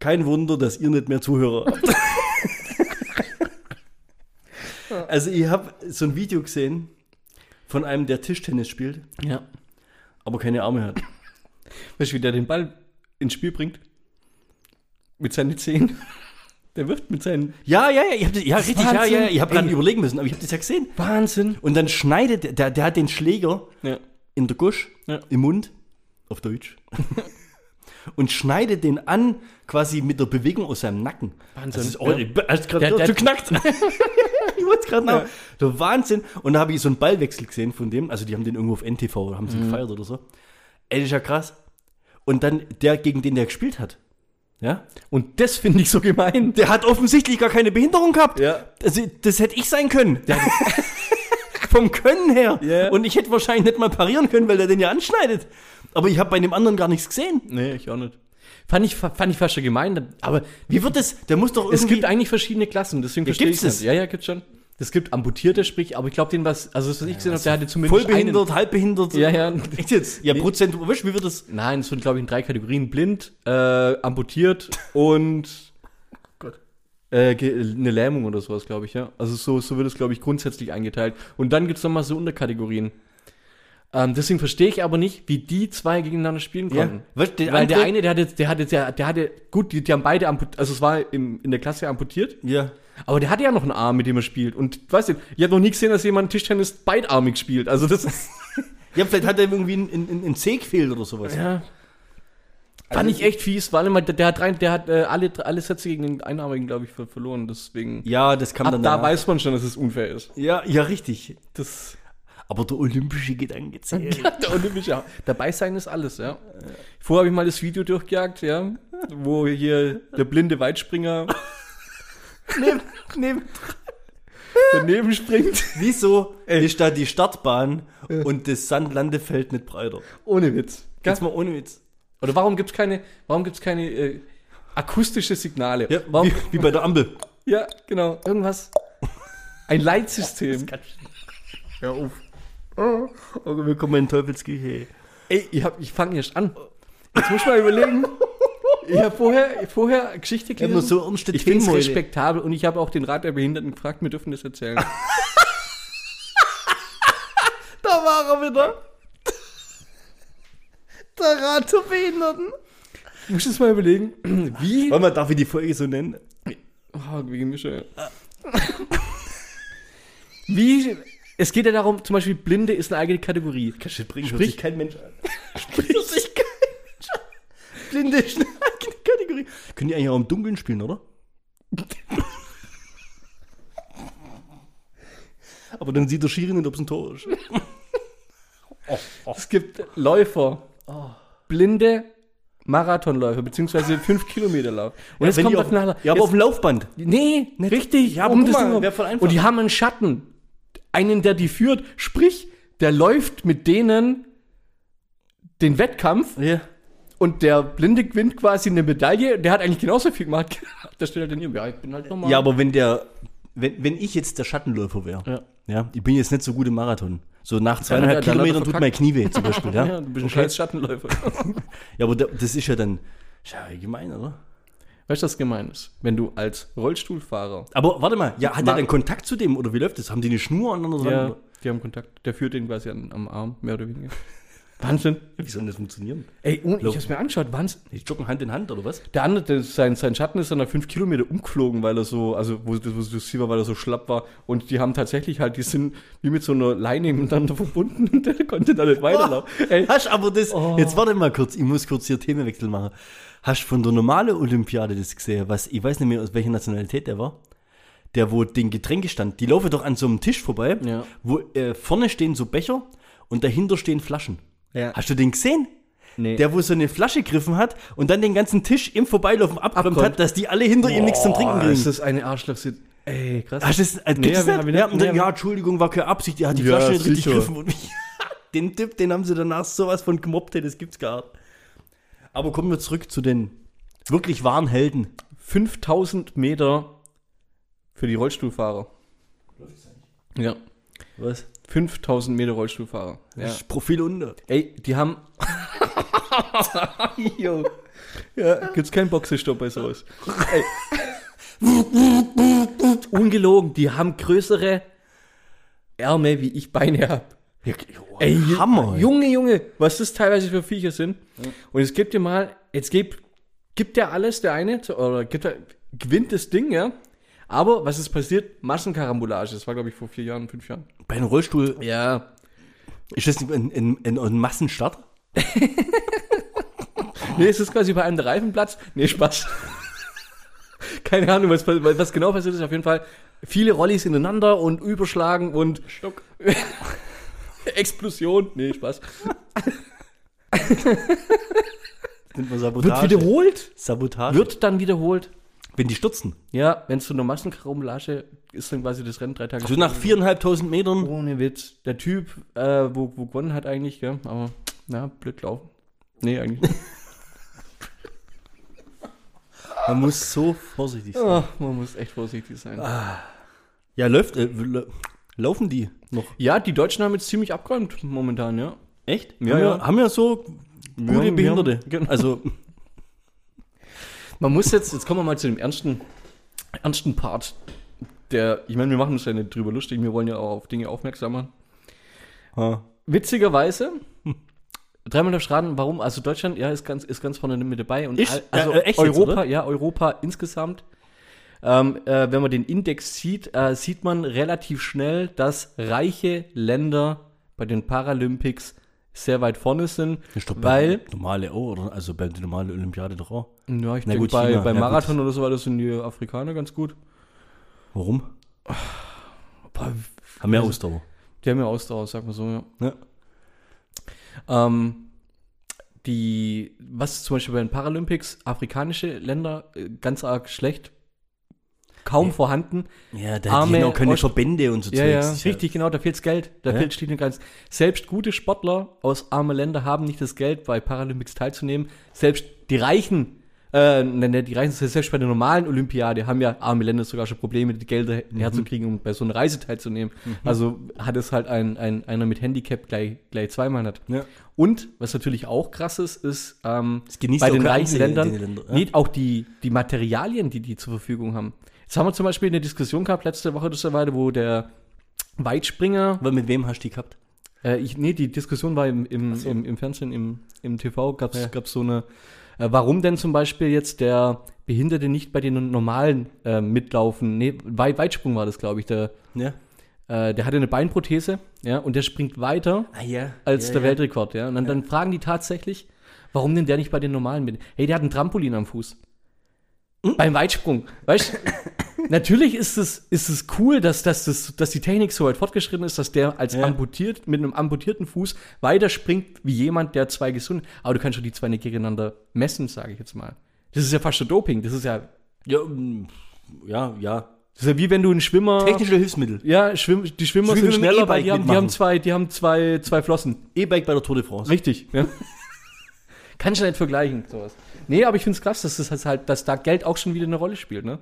B: kein Wunder, dass ihr nicht mehr Zuhörer habt. also ich habe so ein Video gesehen von einem, der Tischtennis spielt,
A: ja.
B: aber keine Arme hat.
A: Weißt du, wie der den Ball ins Spiel bringt? Mit seinen Zehen. Der wirft mit seinen.
B: Ja, ja, ja, ich hab das, ja, richtig, ja, ja,
A: Wahnsinn.
B: ja, ich habe gerade
A: Ey.
B: überlegen müssen, aber ich habe das ja gesehen.
A: Wahnsinn.
B: Und dann schneidet der- der, der hat den Schläger
A: Ja.
B: in der Gusch,
A: Ja.
B: im Mund, auf Deutsch. und schneidet den an, quasi mit der Bewegung aus seinem Nacken.
A: Wahnsinn.
B: Das ist
A: Ja.
B: oh, ich bin- hast gerade
A: Der- der-
B: dazu knackt. ich wollte gerade
A: Ja.
B: nach. Der Wahnsinn. Und da habe ich so einen Ballwechsel gesehen von dem. Also die haben den irgendwo auf NTV oder haben sie
A: Mhm.
B: gefeiert oder so. Ey, das ist ja krass. Und dann der, gegen den der gespielt hat. Ja?
A: Und das finde ich so gemein.
B: Der hat offensichtlich gar keine Behinderung gehabt.
A: Ja.
B: Also, das hätte ich sein können. Vom Können her.
A: Ja.
B: Und ich hätte wahrscheinlich nicht mal parieren können, weil der den ja anschneidet. Aber ich habe bei dem anderen gar nichts gesehen.
A: Nee, ich auch nicht. Fand ich, fa- fand ich fast schon gemein.
B: Aber wie wird das? Der muss doch irgendwie.
A: Es gibt eigentlich verschiedene Klassen, deswegen
B: Ja,
A: verstehe ich
B: gibt's es?
A: Ja, ja, gibt's schon. Es gibt Amputierte, sprich, aber ich glaube, den was, also das, was ich gesehen habe, der hatte zumindest
B: vollbehindert, halbbehindert.
A: Einen, ja, ja.
B: Echt jetzt? Ja, Prozent. Weißt du, wie wird das?
A: Nein, es sind, glaube ich, in drei Kategorien. Blind, äh, amputiert und äh, ge- eine Lähmung oder sowas, glaube ich, ja. Also so, so wird es, glaube ich, grundsätzlich eingeteilt. Und dann gibt es nochmal so Unterkategorien. Ähm, deswegen verstehe ich aber nicht, wie die zwei gegeneinander spielen konnten.
B: Weißt du, den
A: Weil der
B: anderen-
A: eine, der hatte, der hatte, der, der hatte, gut, die, die haben beide amputiert, also es war im, in der Klasse amputiert,
B: Ja.
A: aber der hatte ja noch einen Arm, mit dem er spielt. Und weißt du, ich habe noch nie gesehen, dass jemand Tischtennis beidarmig spielt. Also das ist.
B: Ja, vielleicht hat er irgendwie einen, einen, einen Zeh gefehlt oder sowas.
A: Ja. Fand Also ich echt fies, weil immer der, der hat rein, der hat äh, alle, alle Sätze gegen den Einarmigen, glaube ich, ver verloren. Deswegen.
B: Ja, das kam
A: Ab
B: dann
A: da
B: danach.
A: weiß man schon, dass es unfair ist.
B: Ja, ja, richtig.
A: Das,
B: Aber der olympische Gedanke zählt.
A: der Olympische. Dabei sein ist alles, ja. Vorher habe ich mal das Video durchgejagt, ja, wo hier der blinde Weitspringer
B: Neben- neben-
A: daneben springt.
B: Wieso ist da die Startbahn und das Sandlandefeld nicht breiter?
A: Ohne Witz.
B: Ganz mal ohne Witz.
A: Oder warum gibt es keine, warum gibt's keine äh, akustische Signale?
B: Ja,
A: warum,
B: wie, wie bei der Ampel.
A: ja, genau. Irgendwas. Ein Leitsystem.
B: Ja, auf. Oh, willkommen in Teufelsküche. ey.
A: Ey, ich, hab- ich fange erst an. Jetzt muss ich mal überlegen. Ich habe vorher, vorher Geschichte
B: Wir haben nur so ernste
A: ich finde es
B: heute.
A: respektabel und ich habe auch den Rat der Behinderten gefragt, wir dürfen das erzählen.
B: Da war er wieder. Der Rat zur Behinderten.
A: Ich muss jetzt mal überlegen, wie...
B: Wollen wir, darf ich die Folge so nennen?
A: Oh, wie Gemische. Wie... Es geht ja darum, zum Beispiel Blinde ist eine eigene Kategorie.
B: Shit, bringt
A: Sprich-
B: sich kein Mensch an. Spricht sich kein Mensch an. Blinde ist eine eigene Kategorie. Können die eigentlich auch im Dunkeln spielen, oder? Aber dann sieht der Schiri nicht, ob es ein Tor ist.
A: Es gibt Läufer.
B: Oh.
A: Blinde Marathonläufer, beziehungsweise 5 Kilometerlauf. Und jetzt
B: Wenn die
A: kommt
B: auf,
A: was nachher.
B: ja, aber auf dem Laufband.
A: Nee, richtig.
B: Ja, aber Oh, guck mal,
A: Ding-
B: wär voll einfach.
A: Und die haben einen Schatten. Einen, der die führt. Sprich, der läuft mit denen den Wettkampf
B: Ja.
A: und der Blinde gewinnt quasi eine Medaille. Der hat eigentlich genauso viel gemacht. der steht halt in ihm. Ja, ich bin halt normal.
B: ja, aber wenn der, wenn, wenn ich jetzt der Schattenläufer wäre,
A: Ja.
B: ich bin jetzt nicht so gut im Marathon. So nach
A: ja,
B: zweieinhalb
A: dann hat er
B: Kilometern tut
A: verkackt.
B: mein Knie weh zum Beispiel. Ja,
A: ja, du bist ein
B: Okay.
A: scheiß Schattenläufer.
B: ja aber da, das ist ja dann, ist ja gemein, oder?
A: weißt du, was gemein ist? Wenn du als Rollstuhlfahrer.
B: Aber warte mal, ja, hat
A: Ma-
B: er denn Kontakt zu dem oder wie läuft das? Haben die eine Schnur aneinander dran? oder?
A: die haben Kontakt. Der führt den quasi an, am Arm, mehr oder weniger. Wahnsinn.
B: Wie soll denn das funktionieren?
A: Ey, und ich hab's mir angeschaut. Wahnsinn.
B: Die joggen Hand in Hand oder was?
A: Der andere, der, sein, sein Schatten ist dann nach fünf Kilometer umgeflogen, weil er so, also wo das wo das Sieb war, weil er so schlapp war. Und die haben tatsächlich halt, die sind wie mit so einer Leine miteinander verbunden und der konnte da nicht weiterlaufen. Ey, Oh.
B: Hast aber das, jetzt warte mal kurz, ich muss kurz hier Themenwechsel machen. Hast von der normalen Olympiade das gesehen, was, ich weiß nicht mehr, aus welcher Nationalität der war, der wo den Getränke stand, die laufen doch an so einem Tisch vorbei,
A: Ja.
B: wo äh, vorne stehen so Becher und dahinter stehen Flaschen.
A: Ja.
B: Hast du den gesehen?
A: nee.
B: Der, wo so eine Flasche gegriffen hat und dann den ganzen Tisch im Vorbeilaufen abgeräumt
A: Abgeräumt.
B: hat, dass die alle hinter ihm nichts zum Trinken kriegen.
A: das ist eine Arschlochsit. Ey, krass.
B: Hast du das, äh,
A: Nee,
B: gibt's
A: hab ich-
B: das
A: hab
B: nicht?
A: ich
B: Ja,
A: nicht-
B: und dann,
A: nee,
B: ja, Entschuldigung, war keine Absicht, der hat die
A: Ja,
B: Flasche nicht richtig
A: sicher.
B: gegriffen. Und den Typ, den haben sie danach sowas von gemobbt, ey, das gibt's gar nicht. Aber kommen wir zurück zu den wirklich wahren Helden.
A: 5000 Meter für die Rollstuhlfahrer. Ja.
B: Was?
A: 5000 Meter Rollstuhlfahrer.
B: Ja.
A: Ja.
B: Profil unter.
A: Ey, die haben. jo. Ja, gibt's keinen Boxenstopp bei sowas. Ey. Ungelogen, die haben größere Ärmel, wie ich Beine hab.
B: Ey,
A: Ju-
B: Hammer.
A: Junge, Junge, was das teilweise für Viecher sind. Und es gibt dir mal, jetzt gibt, gibt der alles, der eine, zu- oder gibt er, gewinnt das Ding, ja. Aber was ist passiert? Massenkarambolage. Das war, glaube ich, vor vier Jahren, fünf Jahren.
B: Bei einem Rollstuhl
A: Ja.
B: ist das ein, ein, ein, ein Massenstart?
A: Nee, es ist quasi bei einem der Reifenplatz. Nee, Spaß. Keine Ahnung, was, was genau passiert ist. Auf jeden Fall viele Rollis ineinander und überschlagen und
B: Stock.
A: Explosion. Nee, Spaß.
B: Nennt man
A: Wird
B: Sabotage.
A: wiederholt.
B: Sabotage.
A: Wird dann wiederholt.
B: Wenn die stürzen.
A: Ja, wenn es zu einer Massenkarambolage ist, dann quasi das Rennen drei Tage.
B: So nach viereinhalbtausend Metern.
A: Ohne Witz. Der Typ, äh, wo, wo gewonnen hat eigentlich, gell? Aber, na, blöd laufen. Nee, eigentlich. nicht.
B: Man muss so vorsichtig sein.
A: Ah, man muss echt vorsichtig sein.
B: Ja, läuft. Äh, lä- laufen die noch?
A: Ja, die Deutschen haben jetzt ziemlich abgeräumt momentan, ja.
B: Echt?
A: Ja,
B: haben,
A: ja.
B: Wir, haben wir so
A: haben-
B: gute
A: wir
B: Behinderte.
A: haben- genau.
B: Also,
A: Man muss jetzt, jetzt kommen wir mal zu dem ernsten, ernsten Part. Der, ich meine, wir machen uns ja nicht drüber lustig, wir wollen ja auch auf Dinge aufmerksam machen.
B: ha.
A: Witzigerweise,
B: Hm.
A: dreimal darfst du raten, warum, also Deutschland, ja, ist ganz, ist ganz vorne mit dabei und
B: Ist-
A: all- also
B: ja, äh, echt jetzt,
A: Europa,
B: oder?
A: ja, Europa insgesamt. Ähm, äh, wenn man den Index sieht, äh, sieht man relativ schnell, dass reiche Länder bei den Paralympics sehr weit vorne sind,
B: Ist doch bei-
A: weil
B: normale auch, oder? Also bei der normalen Olympiade doch auch.
A: ja, ich
B: Na
A: denke,
B: gut,
A: bei,
B: China,
A: beim
B: na gut.
A: Marathon oder so weiter sind die Afrikaner ganz gut.
B: Warum? Haben mehr Ausdauer.
A: Die haben ja Ausdauer, sag mal so, Also, ja.
B: Ne?
A: Ähm, die, was zum Beispiel bei den Paralympics, afrikanische Länder äh, ganz arg schlecht, kaum vorhanden.
B: Ja, da
A: Arme
B: haben auch keine
A: Ost-
B: Verbände und so
A: Ja, ja,
B: Zeugs.
A: richtig, genau, da fehlt's Geld. Da
B: Ja.
A: fehlt schlicht und ganz. Selbst gute Sportler aus armen Ländern haben nicht das Geld, bei Paralympics teilzunehmen. Selbst die Reichen, äh, ne, ne, die Reichen, selbst bei der normalen Olympiade haben ja arme Länder sogar schon Probleme, die Gelder herzukriegen, um bei so einer Reise teilzunehmen. Also hat es halt ein, ein, einer mit Handicap gleich, gleich zweimal hat.
B: Ja.
A: Und was natürlich auch krass ist, ist ähm,
B: Es genießt
A: bei
B: auch
A: den
B: kein
A: reichen
B: einzelner
A: Ländern
B: in den Ländern, ja.
A: nee, auch die, die Materialien, die die zur Verfügung haben. Jetzt haben wir zum Beispiel eine Diskussion gehabt letzte Woche, das war, wo der Weitspringer,
B: Aber mit wem hast du die gehabt?
A: äh, ich, nee, die Diskussion war im, im, im, im Fernsehen, im, im TV, gab es
B: Ja.
A: so eine, äh, warum denn zum Beispiel jetzt der Behinderte nicht bei den normalen äh, mitlaufen, nee, Wei- Weitsprung war das, glaube ich, der,
B: Ja.
A: äh, der hatte eine Beinprothese, ja, und der springt weiter
B: Ah, ja.
A: als
B: ja,
A: der
B: ja.
A: Weltrekord, ja. Und dann, dann fragen die tatsächlich, warum denn der nicht bei den normalen mit? Hey, der hat ein Trampolin am Fuß.
B: Hm?
A: Beim Weitsprung. Weißt du? natürlich ist es, ist es cool, dass, dass, das, dass die Technik so weit fortgeschritten ist, dass der als
B: Ja.
A: amputiert, mit einem amputierten Fuß weiterspringt wie jemand, der zwei gesund. Aber du kannst schon die zwei nicht gegeneinander messen, sage ich jetzt mal. Das ist ja fast schon Doping. Das ist ja, das
B: Ja, mm, ja, ja.
A: ist ja wie wenn du einen Schwimmer.
B: Technische Hilfsmittel.
A: ja, schwimm, die Schwimmer
B: Wie wenn
A: sind
B: du ein
A: schneller, weil
B: E-Bike
A: die haben, die
B: mitmachen.
A: haben zwei, die haben zwei, zwei Flossen.
B: E-Bike bei der Tour de France.
A: Richtig, ja. Kann ich nicht vergleichen, sowas. Nee, aber ich finde es krass, dass, das halt, dass da Geld auch schon wieder eine Rolle spielt, ne?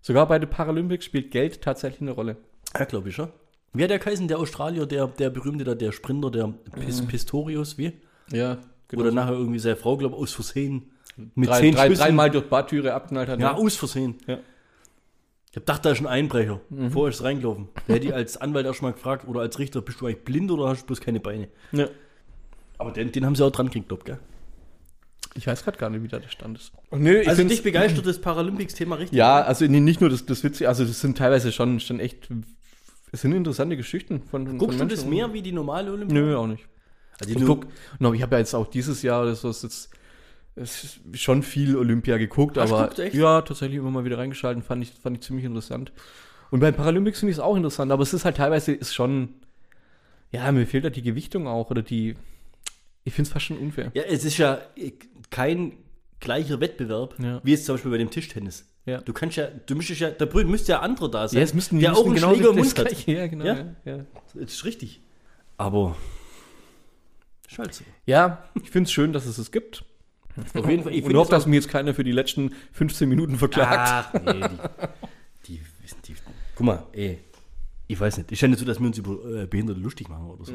A: Sogar bei den Paralympics spielt Geld tatsächlich eine Rolle.
B: Ja, glaube ich, ja. Wer der Kaisen, der Australier, der, der berühmte da, der Sprinter, der Pis
A: Mhm.
B: Pistorius,
A: Genau
B: wie?
A: Ja,
B: Oder nachher irgendwie seine Frau, glaube ich, aus Versehen. Mit
A: drei,
B: zehn
A: drei,
B: Schüssen.
A: dreimal durch Bartüre abknallt hat.
B: Ja,
A: ne?
B: aus Versehen.
A: Ja. Mhm.
B: Ich hab gedacht, da ist ein Einbrecher. Vorher ist es reingelaufen. Der hätte ich als Anwalt erstmal gefragt oder als Richter, bist du eigentlich blind oder hast du bloß keine Beine?
A: Ja.
B: Aber den, den haben sie auch dran gekriegt, glaub, gell?
A: Ich weiß gerade gar nicht, wie da der Stand ist. Nö, ich
B: Also
A: find's-
B: dich begeistert das Paralympics-Thema richtig?
A: Ja, also nee, nicht nur das, das Witzige, also das sind teilweise schon, schon echt, es sind interessante Geschichten von, von
B: Guckst du
A: Menschen.
B: das mehr wie die normale Olympiade?
A: Nö, auch nicht.
B: Also
A: Ich guck, na, ich habe ja jetzt auch dieses Jahr oder so, es ist es ist schon viel Olympia geguckt,
B: Hast du
A: aber
B: geguckt, echt?
A: ja, tatsächlich immer mal wieder reingeschalten, fand ich, fand ich ziemlich interessant. Und bei den Paralympics finde ich es auch interessant, aber es ist halt teilweise ist schon, ja, mir fehlt da die Gewichtung auch oder die, ich finde es fast schon unfair.
B: Ja, es ist ja äh, kein gleicher Wettbewerb,
A: Ja.
B: wie jetzt zum Beispiel bei dem Tischtennis.
A: Ja.
B: Du kannst ja, du müsstest ja, da brü- müsste ja anderer da sein,
A: müssten
B: der auch einen
A: genau
B: Schläger im
A: das
B: Mund hat.
A: gleiche, ja, genau.
B: Ja?
A: Ja, ja.
B: Das ist richtig. Aber, scheiße.
A: ja ich finde es schön, dass es es gibt.
B: Auf jeden Fall, ich Ah.
A: Und
B: finde
A: hoffe, dass mir jetzt keiner für die letzten 15 Minuten verklagt.
B: Ach, nee, die, die, wissen die, Guck mal, ey. Ich weiß nicht. Ich stelle zu, dass wir uns über äh, Behinderte lustig machen oder so.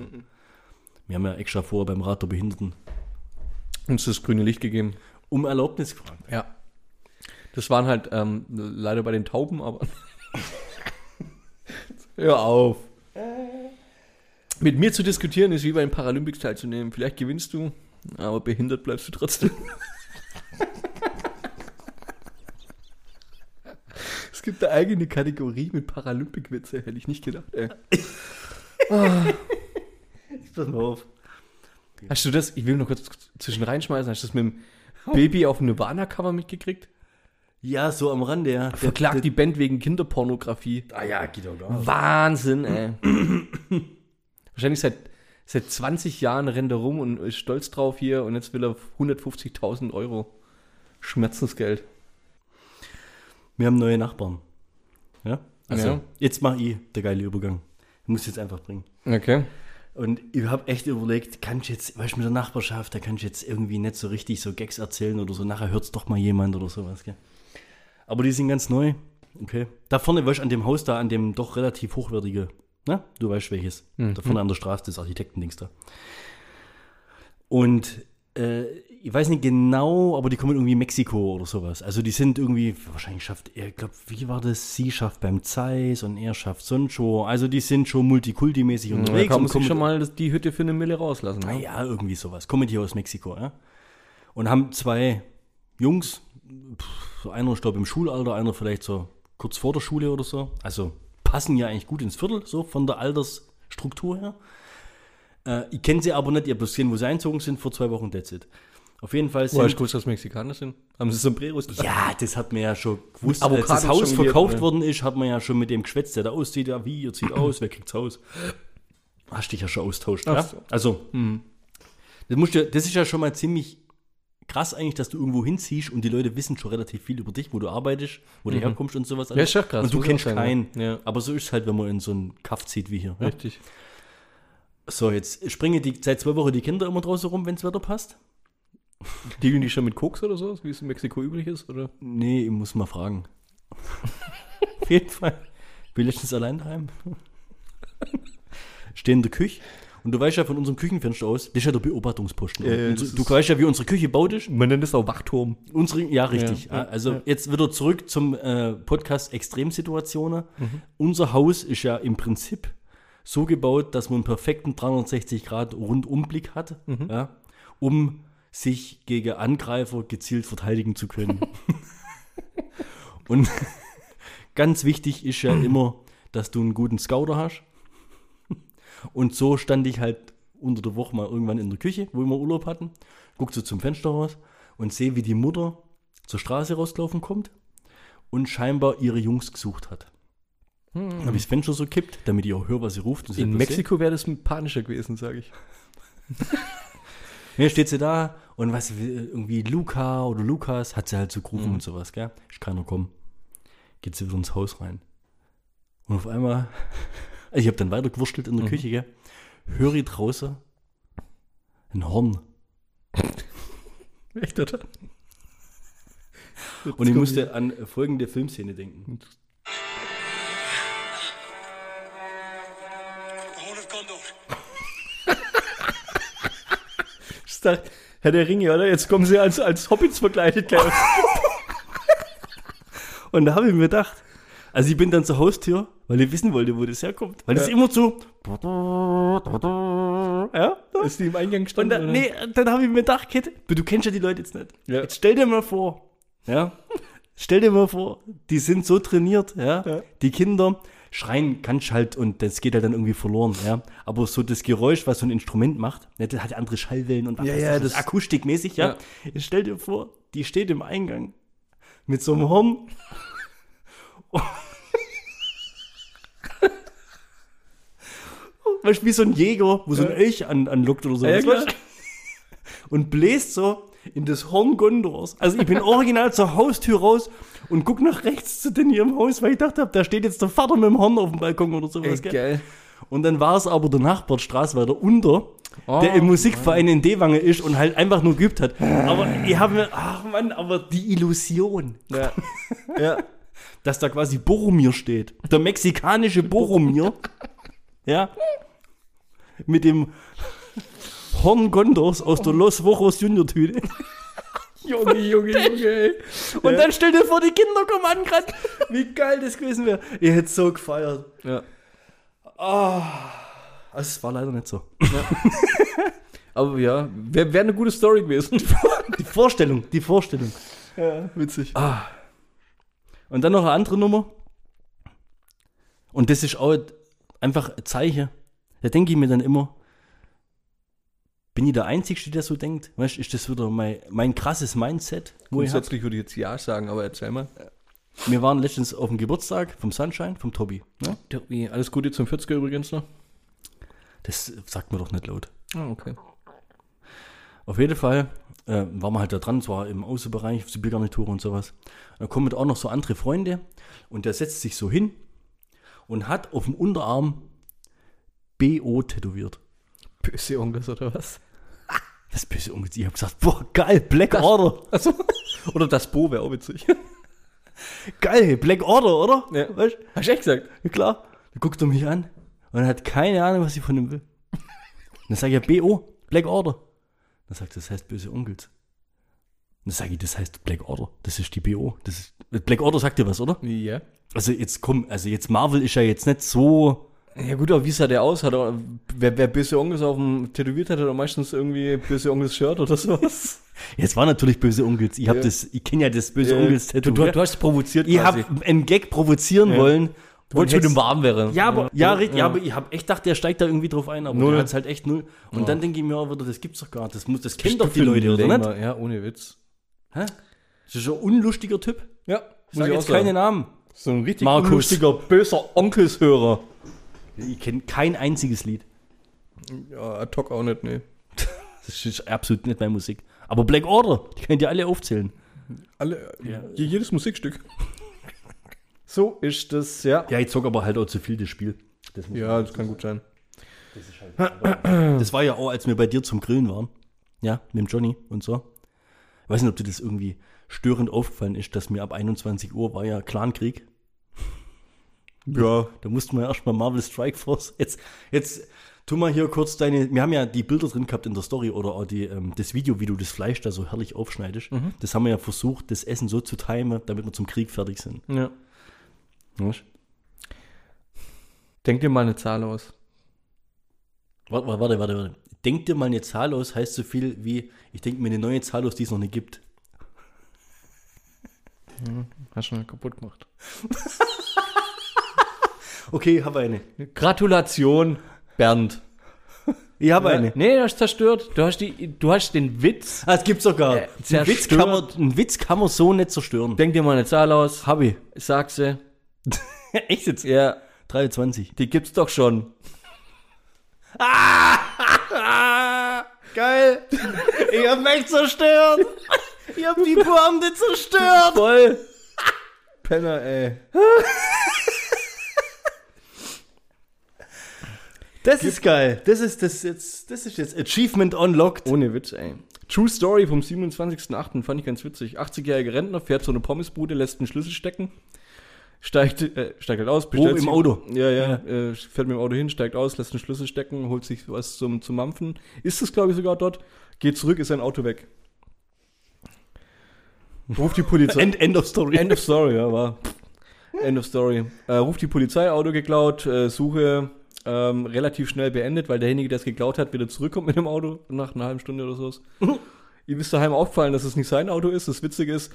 B: Wir haben ja extra vorher beim Rat der Behinderten
A: Uns das grüne Licht gegeben.
B: um Erlaubnis gefragt.
A: Ja. Das waren halt ähm, leider bei den Tauben, aber. Hör auf. Mit mir zu diskutieren ist wie bei den Paralympics teilzunehmen. Vielleicht gewinnst du, aber behindert bleibst du trotzdem. es gibt eine eigene Kategorie mit Paralympic-Witze, hätte ich nicht gedacht. Ey.
B: Pass mal auf.
A: Hast du das, ich will noch kurz zwischen reinschmeißen, hast du das mit dem Baby auf dem Nirvana-Cover mitgekriegt?
B: Ja, so am Rande, ja. Der-
A: Verklagt die Band wegen Kinderpornografie.
B: Ah ja, geht doch gar nicht.
A: Wahnsinn, ey. Wahrscheinlich seit, seit 20 Jahren rennt er rum und ist stolz drauf hier und jetzt will er 150.000 Euro Schmerzensgeld.
B: Wir haben neue Nachbarn. Ja? Also,
A: Ja.
B: jetzt mach ich der geile Übergang. Muss jetzt einfach bringen.
A: Okay.
B: Und ich habe echt überlegt, kann ich jetzt, weißt du, mit der Nachbarschaft, da kann ich jetzt irgendwie nicht so richtig so Gags erzählen oder so, nachher hört's doch mal jemand oder sowas, gell. Aber die sind ganz neu. Okay. Da vorne, weißt du, an dem Haus da, an dem doch relativ hochwertige, ne? Du weißt welches. Da vorne an der Straße, das Architektendings da. Und äh, ich weiß nicht genau, aber die kommen irgendwie Mexiko oder sowas. Also die sind irgendwie, wahrscheinlich schafft er, ich glaube, wie war das? Sie schafft beim Zeiss und er schafft Soncho. Also die sind schon multikulti-mäßig
A: Mhm. Da
B: unterwegs.
A: kann
B: und
A: man sich
B: kommen-
A: schon mal das- die Hütte für eine Mille rauslassen.
B: Ah
A: Ne?
B: ja, irgendwie sowas. Kommen die aus Mexiko, ja? Und haben zwei Jungs, pff, so einer, ich glaube, im Schulalter, einer vielleicht so kurz vor der Schule oder so. Also passen ja eigentlich gut ins Viertel, so von der Altersstruktur her. Äh, ich kenne sie aber nicht, ihr habt bloß gesehen, wo sie einzogen sind, vor zwei Wochen, that's it. Auf jeden
A: Woher
B: Fall
A: hast
B: sind...
A: du gewusst, dass Mexikaner sind? Haben sie Sombreros?
B: Ja, das hat man ja schon gewusst.
A: Mit
B: Als das
A: Avocados
B: Haus
A: jongliert,
B: verkauft
A: ne?
B: worden ist, hat man ja schon mit dem geschwätzt, der da auszieht, ja wie, ihr zieht aus, wer kriegt's Haus? Hast dich ja schon austauscht,
A: Ach
B: ja?
A: so. Hm.
B: Also, das, musst du, das ist ja schon mal ziemlich krass eigentlich, dass du irgendwo hinziehst und die Leute wissen schon relativ viel über dich, wo du arbeitest, wo du herkommst und sowas.
A: Mhm. Ja, ist schon krass,
B: Und du
A: muss
B: kennst
A: auch sein,
B: keinen.
A: ja. Ja.
B: Aber so ist es halt, wenn man in so einen Kaff zieht wie hier. Ja?
A: Richtig.
B: So, jetzt springen die, seit zwei Wochen die Kinder immer draußen rum, wenn's Wetter passt.
A: Dealen die schon mit Koks oder so, wie es in Mexiko üblich ist? Oder?
B: Nee, ich muss mal fragen. Auf jeden Fall. Bin letztens allein daheim. Stehen in der Küche. Und du weißt ja von unserem Küchenfenster aus, das ist ja der Beobachtungsposten.
A: Ja, ja,
B: Und
A: das
B: so- du
A: ist-
B: weißt ja, wie unsere Küche baut ist.
A: Man nennt es auch Wachturm.
B: Unsere, ja, richtig.
A: Ja, ja,
B: also jetzt wieder zurück zum äh, Podcast Extremsituationen.
A: Mhm.
B: Unser Haus ist ja im Prinzip so gebaut, dass man einen perfekten 360-Grad-Rundumblick hat,
A: Mhm.
B: ja, um sich gegen Angreifer gezielt verteidigen zu können. Und ganz wichtig ist ja immer, dass du einen guten Scouter hast. Und so stand ich halt unter der Woche mal irgendwann in der Küche, wo wir Urlaub hatten, guck so zum Fenster raus und sehe, wie die Mutter zur Straße rausgelaufen kommt und scheinbar ihre Jungs gesucht hat. Dann habe ich das Fenster so kippt, damit ich auch höre, was sie ruft. Und sie
A: Hm. In
B: hat was gesehen.
A: Mexiko wäre das ein panischer gewesen, sage ich.
B: Ja, steht sie da und was will- irgendwie Luca oder Lukas hat sie halt so gerufen und sowas, gell? Ich kann nur kommen. Geht sie wieder ins Haus rein. Und auf einmal, ich habe dann weiter gewurstelt in der Küche, gell? Höre ich draußen ein Horn.
A: Echt, oder?
B: Und ich musste an folgende Filmszene denken.
D: Honderd condooms.
A: Ich dachte, Herr der Ringe, oder? Jetzt kommen sie als, als Hobbits verkleidet. gell?
B: Und da habe ich mir gedacht, also ich bin dann zur Haustür, weil ich wissen wollte, wo das herkommt. Weil das
A: Ja.
B: immer so,
A: Ist die im Eingang
B: Und
A: gestanden?
B: dann,
A: oder?
B: nee, dann habe ich mir gedacht, Kette, du kennst ja die Leute jetzt nicht.
A: Ja.
B: Jetzt stell dir mal vor, ja, stell dir mal vor, die sind so trainiert, ja,
A: Ja.
B: die Kinder schreien kannst halt und das geht halt dann irgendwie verloren, ja. Aber so das Geräusch, was so ein Instrument macht, ne, das hat andere Schallwellen und was
A: Ja,
B: weiß
A: ja,
B: ich was,
A: das-
B: akustikmäßig, ja. Jetzt stell dir vor, die steht im Eingang mit so einem Horn. Weißt du, wie so ein Jäger, wo so ein Elch an, anlockt oder so.
A: Ja,
B: weißt du,
A: klar.
B: und bläst so in das Horn Gondors. Also ich bin original zur Haustür raus und guck nach rechts zu denen hier im Haus, weil ich dachte, da steht jetzt der Vater mit dem Horn auf dem Balkon oder sowas.
A: Ey,
B: gell?
A: geil.
B: Und dann war es aber der Nachbarstraße weiter unter
A: Oh,
B: der im Musikverein in Dewange ist und halt einfach nur geübt hat. Aber ich habe mir, ach Mann, aber die Illusion,
A: ja. ja.
B: dass da quasi Boromir steht. Der mexikanische Boromir. ja. Mit dem Horn Gondors aus der Los Vojos Junior Tüte.
A: Junge, Junge, Junge, ey.
B: Und dann stell dir vor, die Kinder kommen angerannt. Wie geil das gewesen wäre. Ihr hättet so gefeiert.
A: Ja.
B: Also, es war leider nicht so.
A: Aber ja, wäre wär eine gute Story gewesen.
B: Die Vorstellung, die Vorstellung. Ah.
A: Witzig.
B: Und dann noch eine andere Nummer. Und das ist auch einfach ein Zeichen. Da denke ich mir dann immer, bin ich der Einzige, der so denkt? Weißt du, ist das wieder mein, mein krasses Mindset? Wo ich hab?
A: Grundsätzlich würde ich jetzt ja sagen, aber erzähl mal.
B: Wir waren letztens auf dem Geburtstag vom Sunshine, vom Tobi. Ne?
A: Alles Gute zum 40er übrigens noch.
B: Das sagt man doch nicht laut.
A: Ah, okay.
B: Auf jeden Fall äh, waren wir halt da dran, es war im Außenbereich, die Biergarnitur und sowas. Da kommen auch noch so andere Freunde und der setzt sich so hin und hat auf dem Unterarm BO tätowiert.
A: Böse Onkels oder was?
B: Das böse Unge. Ich hab gesagt, boah, geil, Black Order.
A: Achso. Also, Oder das Bo wäre auch witzig.
B: Geil, Black Order, oder?
A: Ja.
B: Weißt,
A: Hast du echt gesagt?
B: ja klar. Dann guckt er mich an und er hat keine Ahnung, was ich von ihm will. Dann sage ich ja BO, Black Order. Dann sagt er, das heißt böse Onkels. Dann sage ich, das heißt Black Order. Das ist die BO. Das ist, Black Order sagt dir was, oder?
A: Ja.
B: Also jetzt komm, also jetzt Marvel ist ja jetzt nicht so.
A: Ja gut, aber wie sah der aus? Hat er, wer, wer böse Onkels auf dem tätowiert hat, hat er meistens irgendwie böse Onkels Shirt oder sowas.
B: Jetzt war natürlich böse Onkels. Ich hab
A: Ja.
B: das, ich kenne ja das böse
A: Äh,
B: Onkels
A: du, du, du hast provoziert
B: Ich habe einen Gag provozieren wollen.
A: Du wolltest mit
B: Und
A: dem warm wäre.
B: Ja, aber, ja, ja, ja, aber ich habe echt gedacht, der steigt da irgendwie drauf ein, aber
A: Null.
B: der hat's halt echt null. Und dann denke ich mir auch wieder, das gibt's doch gar nicht. Das, muss, das
A: Bist
B: kennt doch
A: du
B: die Leute, oder nicht?
A: Lämmer? Ja, ohne Witz.
B: Hä? Das ist ein unlustiger Typ.
A: Ja,
B: Ich sag jetzt keine Namen.
A: So ein richtig
B: Markus.
A: unlustiger, böser Onkelshörer.
B: Ich kenne kein einziges Lied.
A: Ja, ad hoc auch nicht, nee.
B: Das ist absolut nicht meine Musik. Aber Black Order, die könnt ihr alle aufzählen.
A: Alle, je- Jedes Musikstück. so ist das, ja.
B: Ja, ich zog aber halt auch zu viel das Spiel. Das, muss-
A: Ja, das kann gut sein.
B: das war ja auch, als wir bei dir zum Grillen waren. Ja, mit dem Johnny und so. Ich weiß nicht, ob dir das irgendwie störend aufgefallen ist, dass mir ab 21 Uhr war ja Clankrieg.
A: Ja.
B: Da mussten wir ja erstmal Marvel Strike Force. Jetzt, jetzt tu mal hier kurz deine. Wir haben ja die Bilder drin gehabt in der Story oder auch die, ähm, das Video, wie du das Fleisch da so herrlich aufschneidest. Das haben wir ja versucht, das Essen so zu timen, damit wir zum Krieg fertig sind.
A: ja.
B: Weißt?
A: Denk dir mal eine Zahl aus.
B: Warte, warte, warte, warte, warte. Denk dir mal eine Zahl aus, heißt so viel wie, ich denke mir eine neue Zahl aus, die es noch nicht gibt.
A: Hast schon kaputt gemacht.
B: Okay, ich habe eine.
A: Gratulation, Bernd.
B: Ich habe
A: Ja,
B: eine.
A: Nee, du hast zerstört. Du hast, die, du hast den Witz.
B: Ah, es gibt's sogar.
A: Äh,
B: einen, Witz kann man,
A: zerstört.
B: einen Witz kann man so nicht zerstören.
A: Denk dir mal eine Zahl aus.
B: Hab ich.
A: Sag sie.
B: Echt jetzt?
A: Ja,
B: 23.
A: die gibt's doch schon.
B: Geil! Ich hab mich zerstört! Ich hab die Pointe zerstört!
A: Voll. Penner, ey.
B: Das ist geil. Das ist das jetzt. Das ist jetzt Achievement unlocked.
A: Ohne Witz, ey. True Story vom 27.08. fand ich ganz witzig. 80-jähriger Rentner fährt so eine Pommesbude, lässt einen Schlüssel stecken, steigt, äh, steigt halt aus,
B: im
A: sich-
B: Auto?
A: Ja, ja, Äh, fährt mit dem Auto hin, steigt aus, lässt einen Schlüssel stecken, holt sich was zum, zum Mampfen. Ist es, glaube ich, sogar dort, geht zurück, ist sein Auto weg. Ruft die Polizei.
B: End, end of story.
A: End of Story, ja, war. End of Story. Äh, ruft die Polizei, Auto geklaut, äh, Suche ähm, relativ schnell beendet, weil derjenige, der es geklaut hat, wieder zurückkommt mit dem Auto nach einer halben Stunde oder sowas. Ihm ist daheim aufgefallen, dass es nicht sein Auto ist. Das Witzige ist,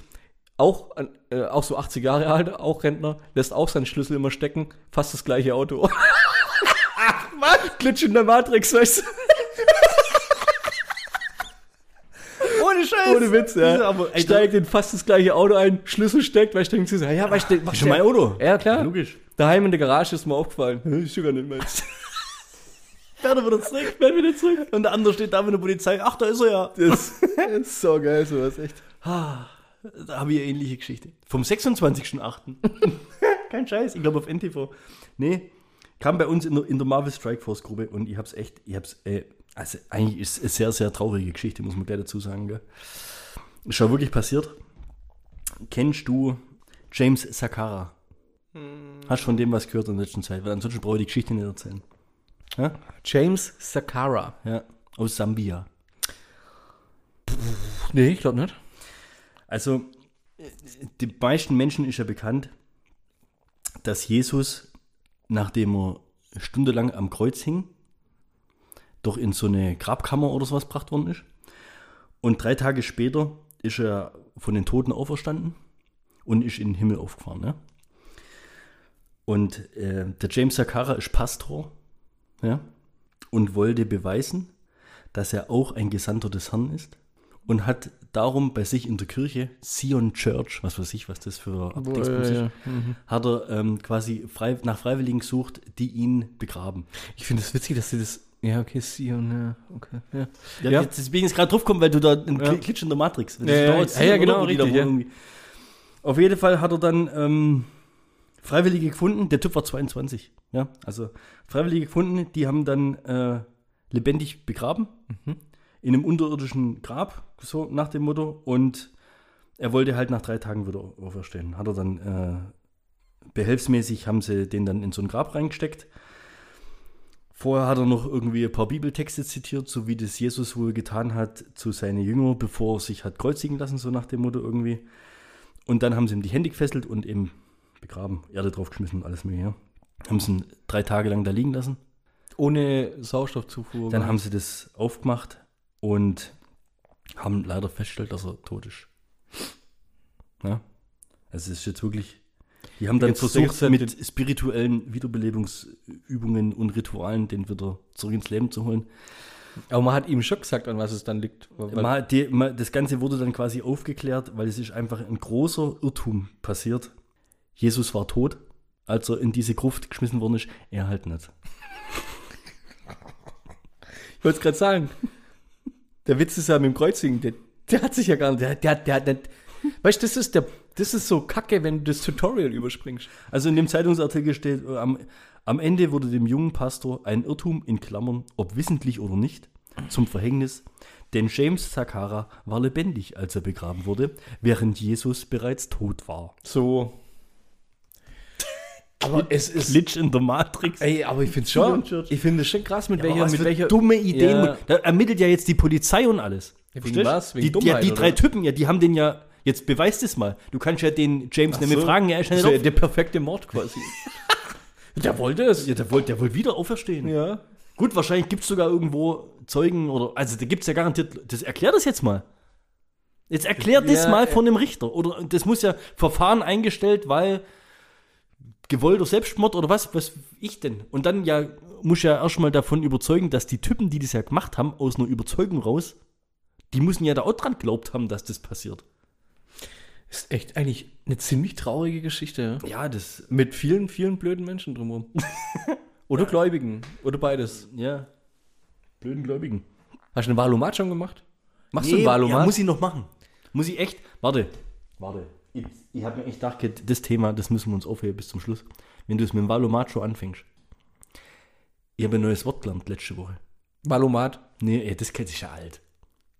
A: auch, an- äh, auch so 80 Jahre alt, auch Rentner, lässt auch seinen Schlüssel immer stecken, fast das gleiche Auto. Ach, Mann! Glitch in der Matrix, weißt du?
B: Ohne Scheiß.
A: Ohne Witz, ja.
B: Aber, ey,
A: Steigt in fast das gleiche Auto ein, Schlüssel steckt, weil ich denke, ja, ja, weil ich denke,
B: das ist schon mein Auto.
A: Ja, klar.
B: Logisch.
A: Daheim in der Garage ist mir aufgefallen. Ist sogar nicht meins.
B: Werde wieder zurück.
A: Bleib wieder zurück.
B: Und der andere steht da mit der Polizei. Ach, da ist er ja.
A: Das ist so geil, sowas, echt.
B: Da habe ich eine ähnliche Geschichte. Vom 26.08. Kein Scheiß, ich glaube auf NTV. Nee, kam bei uns in der, in der Marvel Strike Force Gruppe und ich hab's echt, ich hab's, äh, also eigentlich ist es eine sehr, sehr traurige Geschichte, muss man gleich dazu sagen. Gell? Ist ja wirklich passiert. Kennst du James Sakara? Hast du von dem was gehört in der letzten Zeit? Weil ansonsten brauche ich die Geschichte nicht erzählen. Ja?
A: James Sakara.
B: Ja. Aus Sambia.
A: Nee, ich glaube nicht.
B: Also, den meisten Menschen ist ja bekannt, dass Jesus, nachdem er stundenlang am Kreuz hing, doch in so eine Grabkammer oder sowas gebracht worden ist. Und drei Tage später ist er von den Toten auferstanden und ist in den Himmel aufgefahren. Ne? Und äh, der James Sakara ist Pastor ja? und wollte beweisen, dass er auch ein Gesandter des Herrn ist und hat darum bei sich in der Kirche Sion Church, was weiß ich, was das für Dingsbums ist,
A: mhm.
B: hat er ähm, quasi frei, nach Freiwilligen gesucht, die ihn begraben.
A: Ich finde es witzig, dass sie das. Ja, okay, Sion, ja, okay. Ja,
B: Ja,
A: Ja.
B: Jetzt, jetzt bin ich jetzt gerade drauf gekommen, weil du da ein
A: Ja.
B: ja. Glitch in der Matrix. Das
A: Ja, ja,
B: dauert
A: ja,
B: zehn
A: ja,
B: Minuten
A: genau,
B: wieder,
A: richtig,
B: wo
A: ja.
B: irgendwie- Auf jeden Fall hat er dann ähm, Freiwillige gefunden. Der Typ war 22. Ja, also Freiwillige gefunden, die haben dann äh, lebendig begraben in einem unterirdischen Grab, so nach dem Motto. Und er wollte halt nach drei Tagen wieder auferstehen. Hat er dann äh, behelfsmäßig haben sie den dann in so ein Grab reingesteckt. Vorher hat er noch irgendwie ein paar Bibeltexte zitiert, so wie das Jesus wohl getan hat zu seinen Jüngern, bevor er sich hat kreuzigen lassen, so nach dem Motto irgendwie. Und dann haben sie ihm die Hände gefesselt und eben begraben, Erde draufgeschmissen und alles mögliche. Haben sie ihn drei Tage lang da liegen lassen.
A: Ohne Sauerstoffzufuhr.
B: Dann haben sie das aufgemacht und haben leider festgestellt, dass er tot ist. Ja? Also es ist jetzt wirklich. Die haben dann
A: Jetzt-
B: versucht,
A: jetzt-
B: mit spirituellen Wiederbelebungsübungen und Ritualen den wieder zurück ins Leben zu holen.
A: aber man hat ihm schon gesagt, an was es dann liegt. Weil- weil-
B: Mal, die, mal, das Ganze wurde dann quasi aufgeklärt, weil es ist einfach ein großer Irrtum passiert. Jesus war tot, als er in diese Gruft geschmissen worden ist. Er halt nicht.
A: Ich wollte es gerade sagen. Der Witz ist ja mit dem Kreuzigen, der, der hat sich ja gar nicht, der, der, der hat nicht. Weißt du, das ist der, das ist so kacke, wenn du das Tutorial überspringst.
B: Also in dem Zeitungsartikel steht, äh, am, am Ende wurde dem jungen Pastor ein Irrtum in Klammern, ob wissentlich oder nicht, zum Verhängnis. Denn James Sakara war lebendig, als er begraben wurde, während Jesus bereits tot war.
A: So. Aber es ist.
B: Glitch in der Matrix.
A: Ey, aber ich find's
B: Sion
A: schon.
B: Church.
A: Ich finde es schon krass, mit welcher,
B: Aber was
A: mit
B: für
A: welcher.
B: dumme Ideen.
A: Ja.
B: Da ermittelt ja jetzt die Polizei und alles.
A: Wegen
B: Verstehst du?
A: was? Wegen
B: die, ja,
A: Dummheit,
B: die
A: oder?
B: drei Typen, ja, die haben den ja. Jetzt beweist es mal. Du kannst ja den James
A: Ach
B: nämlich
A: so.
B: fragen, er ist ja
A: Das ist
B: nicht
A: ja
B: auf.
A: der perfekte Mord quasi. der wollte es.
B: Ja, der wollte der wollte wieder auferstehen.
A: Ja.
B: Gut, wahrscheinlich gibt es sogar irgendwo Zeugen oder. Also da gibt es ja garantiert. Das erklär das jetzt mal. Jetzt erklär das
A: Ja,
B: mal
A: ja.
B: von dem Richter. Oder das muss ja Verfahren eingestellt, weil gewollter Selbstmord oder was? Was ich denn? Und dann ja, muss ja erstmal davon überzeugen, dass die Typen, die das ja gemacht haben, aus einer Überzeugung raus, die müssen ja da auch dran geglaubt haben, dass das passiert.
A: Ist echt eigentlich eine ziemlich traurige Geschichte. Ja?
B: Ja, das.
A: Mit vielen, vielen blöden Menschen drumherum. oder Gläubigen. Oder beides.
B: Ja. Blöden Gläubigen.
A: Hast du einen Valomat schon gemacht? Machst
B: Nee,
A: du einen Valomat?
B: Ja, muss ich noch machen. Muss ich echt. Warte. Warte. Ich, ich habe mir echt gedacht, Kit, das Thema, das müssen wir uns aufheben bis zum Schluss. Wenn du es mit dem Valomat schon anfängst. Ich habe ein neues Wort gelernt letzte Woche.
A: Valomat.
B: Nee, ey, das kennt ich ja alt.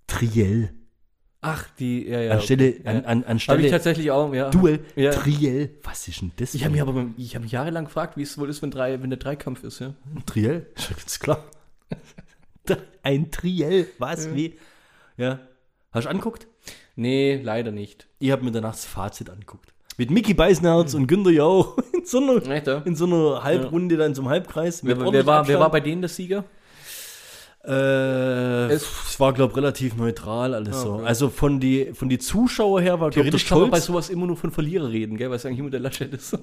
B: Triell.
A: Ach, die, ja, ja.
B: Anstelle,
A: okay.
B: an,
A: Habe
B: an,
A: ich
B: anstelle
A: tatsächlich auch, ja.
B: Duell.
A: Ja.
B: Triell. Was ist denn das?
A: Ich habe mich aber beim- ich hab mich jahrelang gefragt, wie es wohl ist, wenn, drei, wenn der Dreikampf ist, ja.
B: Triell? Ist ja ganz klar. ein Triell. Was? Wie? Ja. Hast du anguckt?
A: Nee, leider nicht.
B: Ich habe mir danach das Fazit angeguckt. Mit Mickey Beisenherz und Günter Jauch in so einer
A: Echt, ja?
B: in so einer Halbrunde, dann zum Halbkreis. mit
A: Wer, wer,
B: ordentlich
A: war, wer war
B: Abstand.
A: bei denen der Sieger?
B: Äh,
A: Es- Ah,
B: es, war, glaube ich, relativ neutral alles so.
A: okay.
B: Also von die, von die Zuschauer her war, glaube ich,
A: Theoretisch kann man bei sowas immer nur von Verlierer reden, gell, weil es eigentlich immer der Laschet ist.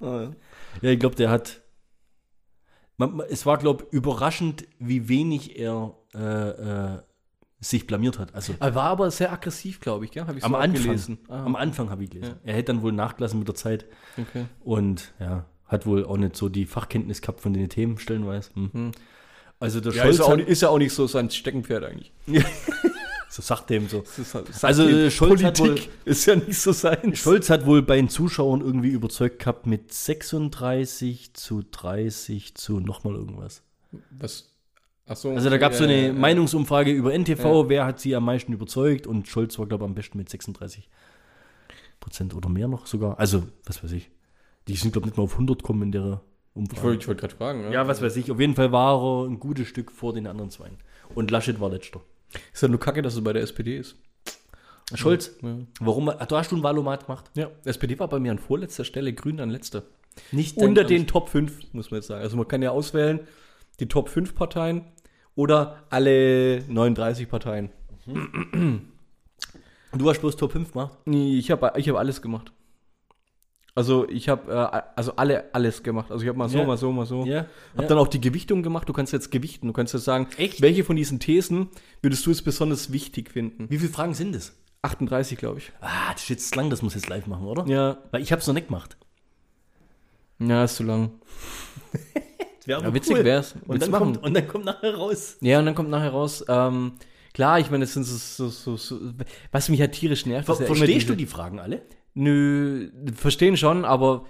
B: Ja, ich glaube, der hat. Man, man- es war, glaube ich, überraschend, wie wenig er äh, äh, sich blamiert hat. Also
A: Er war aber sehr aggressiv, glaube ich, gell? Hab ich
B: am Anfang.
A: gelesen. Ah,
B: Am Anfang habe ich gelesen. Er hätte dann wohl nachgelassen mit der Zeit
A: okay.
B: und ja, hat wohl auch nicht so die Fachkenntnis gehabt von den Themen stellenweise. Hm. Also der
A: Ja,
B: Scholz
A: ist, ja auch,
B: hat,
A: nicht- ist ja auch nicht so sein Steckenpferd eigentlich.
B: so sagt dem so.
A: Das ist halt- das
B: Also,
A: sagt ihm,
B: Scholz hat
A: Politik ist ja nicht so sein.
B: Scholz hat wohl bei den Zuschauern irgendwie überzeugt gehabt mit 36 zu 30 zu nochmal irgendwas.
A: Was? Ach so,
B: Also da gab es so
A: ja,
B: eine
A: ja, ja.
B: Meinungsumfrage über NTV, wer hat sie am meisten überzeugt und Scholz war, glaube ich, am besten mit 36 Prozent oder mehr noch sogar. Also, was weiß ich. Die sind, glaube ich, nicht mal auf 100 kommen in der
A: Ich
B: Umfrage.
A: wollte wollt gerade fragen.
B: Ja, was weiß ich. Auf jeden Fall war er ein gutes Stück vor den anderen zwei. Und Laschet war letzter.
A: Ist ja nur kacke, dass es bei der SPD ist.
B: Scholz,
A: Ja.
B: warum? Ach, du hast du einen Wahlomat gemacht?
A: Ja, SPD war bei mir an vorletzter Stelle, Grün an letzter.
B: Nicht
A: Unter den Top 5, muss man jetzt sagen. Also man kann ja auswählen, die Top 5 Parteien oder alle 39 Parteien.
B: Du hast bloß Top 5 gemacht.
A: Nee, ich habe ich hab alles gemacht. Also ich habe äh, also alle alles gemacht. Also ich habe mal so,
B: Ja.
A: mal so, mal so.
B: Ja,
A: Hab
B: ja.
A: dann auch die Gewichtung gemacht. Du kannst jetzt gewichten. Du kannst jetzt sagen,
B: Echt?
A: welche von diesen Thesen würdest du jetzt besonders wichtig finden?
B: Wie viele Fragen sind es?
A: 38, glaube ich.
B: Ah, das ist jetzt lang, das muss jetzt live machen, oder?
A: Ja,
B: Weil ich hab's noch nicht gemacht.
A: ja, ist zu lang.
B: Wäre aber
A: Ja, witzig wär's.
B: Und
A: Willst
B: dann,
A: du machen?
B: kommt, und dann kommt nachher raus.
A: Ja, und dann kommt nachher raus, ähm, klar, ich meine, das sind so, so, so, so was mich ja tierisch nervt. ist ja immer
B: Verstehst du
A: diese-
B: die Fragen alle?
A: Nö, verstehen schon, aber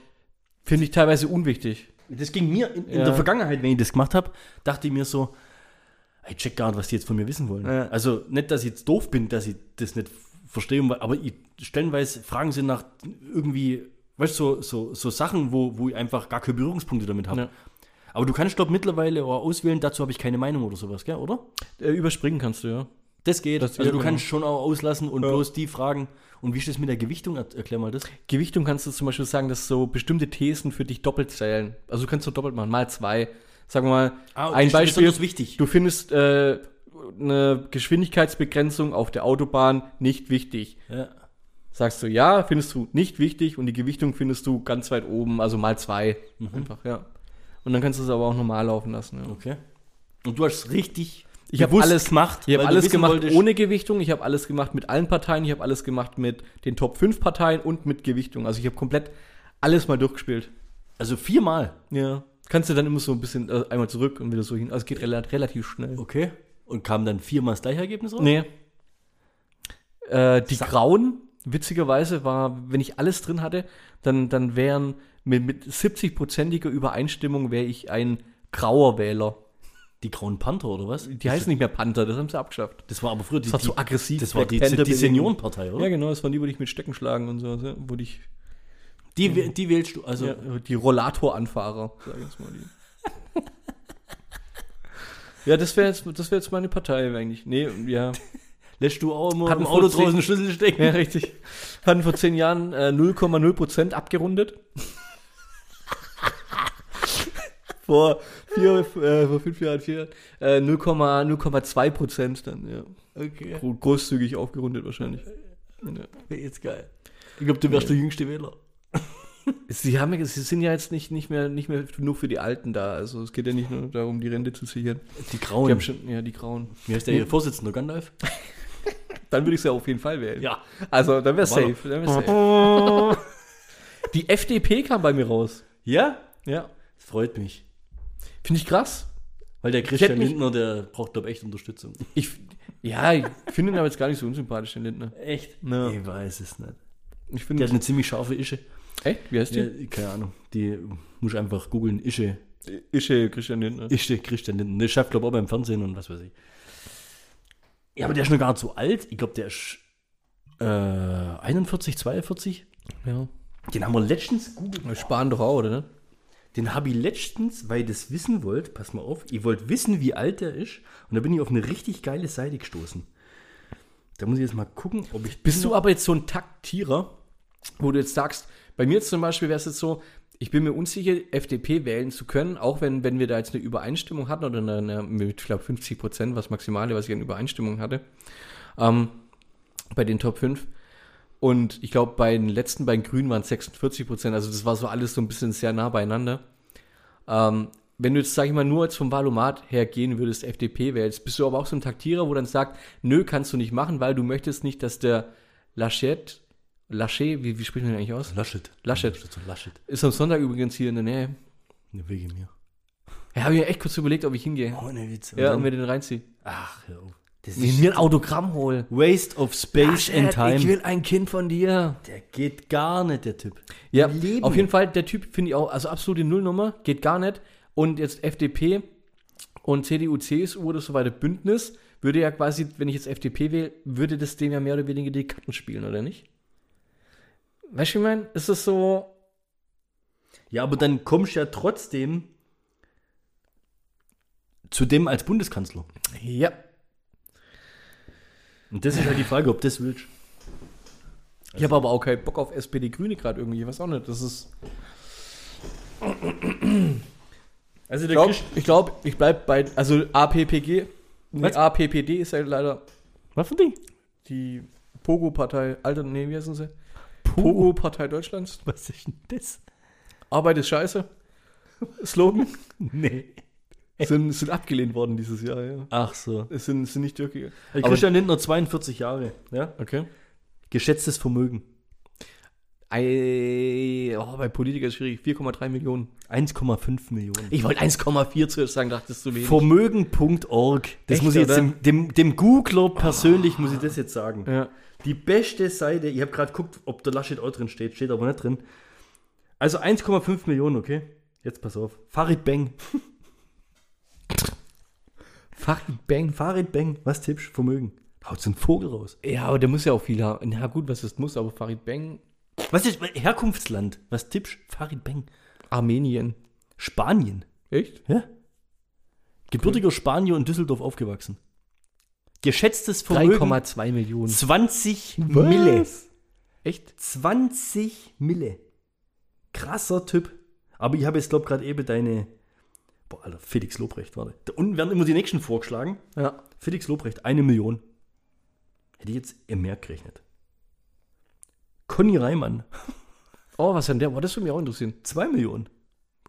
A: finde ich teilweise unwichtig.
B: Das ging mir in, in
A: Ja.
B: der Vergangenheit, wenn ich das gemacht habe, dachte ich mir so, ich check gar nicht, was die jetzt von mir wissen wollen.
A: Ja.
B: Also nicht, dass ich jetzt doof bin, dass ich das nicht verstehe, weil- aber ich, stellenweise Fragen sind nach irgendwie, weißt du, so, so, so Sachen, wo, wo ich einfach gar keine Berührungspunkte damit habe.
A: Ja.
B: Aber du kannst doch mittlerweile auch auswählen, dazu habe ich keine Meinung oder sowas, gell, oder?
A: Äh, überspringen kannst du, ja.
B: Das geht.
A: Das
B: also
A: geht,
B: du
A: genau.
B: kannst schon auch auslassen und bloß die Fragen. Und wie steht es mit der Gewichtung? Er- Erklär mal das.
A: Gewichtung kannst du zum Beispiel sagen, dass so bestimmte Thesen für dich doppelt zählen. Also du kannst so doppelt machen, mal zwei. Sagen wir mal,
B: Ah, okay,
A: ein
B: stimmt,
A: Beispiel.
B: das ist wichtig.
A: Du findest äh, eine Geschwindigkeitsbegrenzung auf der Autobahn nicht wichtig.
B: Ja.
A: Sagst du ja, findest du nicht wichtig und die Gewichtung findest du ganz weit oben, also mal zwei. Einfach, ja. Und dann kannst du es aber auch normal laufen lassen. Ja.
B: Mhm. Okay. Und du hast richtig.
A: Ich habe
B: bewusst
A: alles gemacht. Ich
B: weil
A: habe
B: du
A: alles
B: wissen
A: gemacht
B: wolltest-
A: ohne Gewichtung. Ich habe alles gemacht mit allen Parteien. Ich habe alles gemacht mit den Top 5 Parteien und mit Gewichtung. Also ich habe komplett alles mal durchgespielt.
B: Also viermal.
A: Ja. Kannst du dann immer so ein bisschen äh, einmal zurück und wieder so hin. Also es geht rela- relativ schnell.
B: Okay. Und kam dann viermal das gleiche Ergebnis raus?
A: Nee. Äh, die Grauen, witzigerweise, war, wenn ich alles drin hatte, dann, dann wären mit, mit 70-prozentiger Übereinstimmung wäre ich ein grauer Wähler.
B: Die Grauen Panther oder was?
A: Die heißen nicht mehr Panther, das haben sie abgeschafft.
B: Das war aber früher die.
A: Das war
B: die-
A: zu aggressiv.
B: Das war die,
A: Black
B: die
A: Panther-Bewegung.
B: Seniorenpartei, oder?
A: Ja, genau, das waren die, wo ich mit Stecken schlagen und so, ja, wo ich
B: Die, wäh- die wählst du. Also,
A: ja, Äh, die Rollatoranfahrer, sag ich jetzt mal die. ja, das wäre jetzt, das wär jetzt meine Partei eigentlich. Nee, ja.
B: lässt du auch immer
A: Hatten
B: im Auto
A: 14
B: draußen einen Schlüssel stecken?
A: Ja, richtig. Hatten vor zehn Jahren äh, 0,0 Prozent abgerundet. vor vier, äh, vor fünf Jahren, vier Jahren, äh, 0,2 Prozent dann, ja.
B: Okay.
A: Gro- Großzügig aufgerundet wahrscheinlich. Ja.
B: Jetzt geil. Ich glaube, du wärst der jüngste Wähler.
A: Sie, haben, ja- sie sind ja jetzt nicht, nicht, mehr, nicht mehr nur für die Alten da. Also es geht ja nicht nur darum, die Rente zu sichern. Die
B: Die Grauen.
A: haben schon, ja, die Grauen.
B: Wie heißt der hier? Vorsitzende Gandalf?
A: Dann würde ich es ja auf jeden Fall wählen.
B: Ja.
A: Also dann wäre
B: War
A: safe. Dann wär's safe. die FDP kam bei mir raus.
B: Ja?
A: Ja.
B: Das freut mich.
A: Finde ich krass.
B: Weil der Christian
A: hätte mich-
B: Lindner, der braucht, glaube ich, echt Unterstützung.
A: Ich, ja, ich finde ihn aber jetzt gar nicht so unsympathisch, den Lindner.
B: Echt?
A: Ja.
B: Ich weiß es nicht.
A: Ich
B: Der
A: finde.
B: hat eine ziemlich scharfe Ische.
A: Echt? Wie heißt die?
B: Ja, keine Ahnung. Die muss ich einfach googeln. Ische.
A: Ische Christian Lindner.
B: Ische Christian Lindner. Der schafft, glaube ich, auch beim Fernsehen und was weiß ich. Ja, aber der ist noch gar nicht so alt. Ich glaube, der ist äh, 41, 42.
A: Ja.
B: Den haben wir letztens googelt.
A: Wir sparen doch auch, oder? ne?
B: Den habe ich letztens, weil ihr das wissen wollt, pass mal auf, ihr wollt wissen, wie alt der ist. Und da bin ich auf eine richtig geile Seite gestoßen. Da muss ich jetzt mal gucken, ob ich.
A: Bist du aber jetzt so ein Taktierer, wo du jetzt sagst, bei mir zum Beispiel wäre es jetzt so, ich bin mir unsicher, FDP wählen zu können, auch wenn, wenn wir da jetzt eine Übereinstimmung hatten oder eine, eine mit, ich glaube, 50 Prozent, was Maximale, was ich an Übereinstimmung hatte, ähm, bei den Top 5. Und ich glaube, bei den letzten, bei den Grünen waren es 46 Prozent, also das war so alles so ein bisschen sehr nah beieinander. Ähm, wenn du jetzt, sag ich mal, nur jetzt vom Valomat her gehen würdest, FDP wählst, bist du aber auch so ein Taktierer, wo dann sagt, nö, kannst du nicht machen, weil du möchtest nicht, dass der Laschet, Laschet, wie, wie spricht man den eigentlich aus?
B: Laschet.
A: Laschet.
B: Laschet. Laschet.
A: Ist am Sonntag übrigens hier in der Nähe.
B: Ne, wegen mir.
A: Ja, habe ich mir echt kurz überlegt, ob ich hingehe.
B: Ohne Witz.
A: ja, und mir den reinziehe.
B: Ach, hör auf. Das
A: Mir mir ein Autogramm hol.
B: Waste of Space
A: Laschet, Ich will ein Kind von dir.
B: Der geht gar nicht, der Typ.
A: Ja,
B: Leben.
A: auf jeden Fall, der Typ finde ich auch, also absolute Nullnummer, geht gar nicht. Und jetzt FDP, Und CDU, CSU oder so weiter Bündnis würde ja quasi, wenn ich jetzt FDP wähle, würde das dem ja mehr oder weniger die Karten spielen, oder nicht? Weißt du, ich meine, ist das so,
B: Ja, aber dann kommst du ja trotzdem zu dem als Bundeskanzler.
A: ja,
B: Und das ist halt die Frage, ob das willst.
A: Ich habe aber auch keinen Bock auf SPD Grüne gerade irgendwie, ich weiß auch nicht. Das ist.
B: Also
A: Ich glaube, ich, glaub, ich bleibe bei. Also APPG. Nee,
B: Was?
A: APPD ist ja leider
B: Was für die?
A: die Pogo-Partei. Alter, nee, wie heißen sie? Pogo-Partei Deutschlands.
B: Was ist denn das?
A: Arbeit ist scheiße. Slogan.
B: Nee.
A: sind, sind abgelehnt worden dieses Jahr, ja.
B: Ach so.
A: Es sind, sind nicht durchgegangen.
B: Also
A: Aber-
B: Christian Lindner 42 Jahre, ja?
A: Okay.
B: Geschätztes Vermögen
A: Ei, oh, bei Politiker ist schwierig. 4,3 Millionen.
B: 1,5 Millionen.
A: Ich wollte 1,4 zuerst sagen, dachte, das ist zu wenig.
B: Vermögen.org. Das
A: Echt,
B: muss ich jetzt
A: oder?
B: dem, dem, dem Googler persönlich muss ich das jetzt sagen.
A: Ja.
B: Die beste Seite, ich habe gerade geguckt, ob der Laschet auch drin steht, steht aber nicht drin. Also 1,5 Millionen, okay? Jetzt pass auf. Farid Beng.
A: Fucking Bang.
B: Farid Beng, was tippst du? Vermögen? Haut so einen Vogel raus.
A: Ja, aber der muss ja auch viel haben. Na gut, was ist muss, aber Farid Bang,
B: Was ist Herkunftsland? Was tippst du? Farid Beng.
A: Armenien.
B: Spanien.
A: Echt?
B: Ja? Gebürtiger Spanier in Düsseldorf aufgewachsen. Geschätztes Vermögen
A: 3,2 Millionen.
B: 20 Mille.
A: Echt?
B: 20 Mille. Krasser Typ. Aber ich habe jetzt, glaube gerade eben deine. Boah, Alter, Felix Lobrecht, warte. Da unten werden immer die nächsten vorgeschlagen.
A: Ja.
B: Felix Lobrecht, eine Million. Hätte ich jetzt eher mehr gerechnet. Conny Reimann,
A: Oh, was denn der? Boah, das würde mich auch interessieren.
B: zwei Millionen.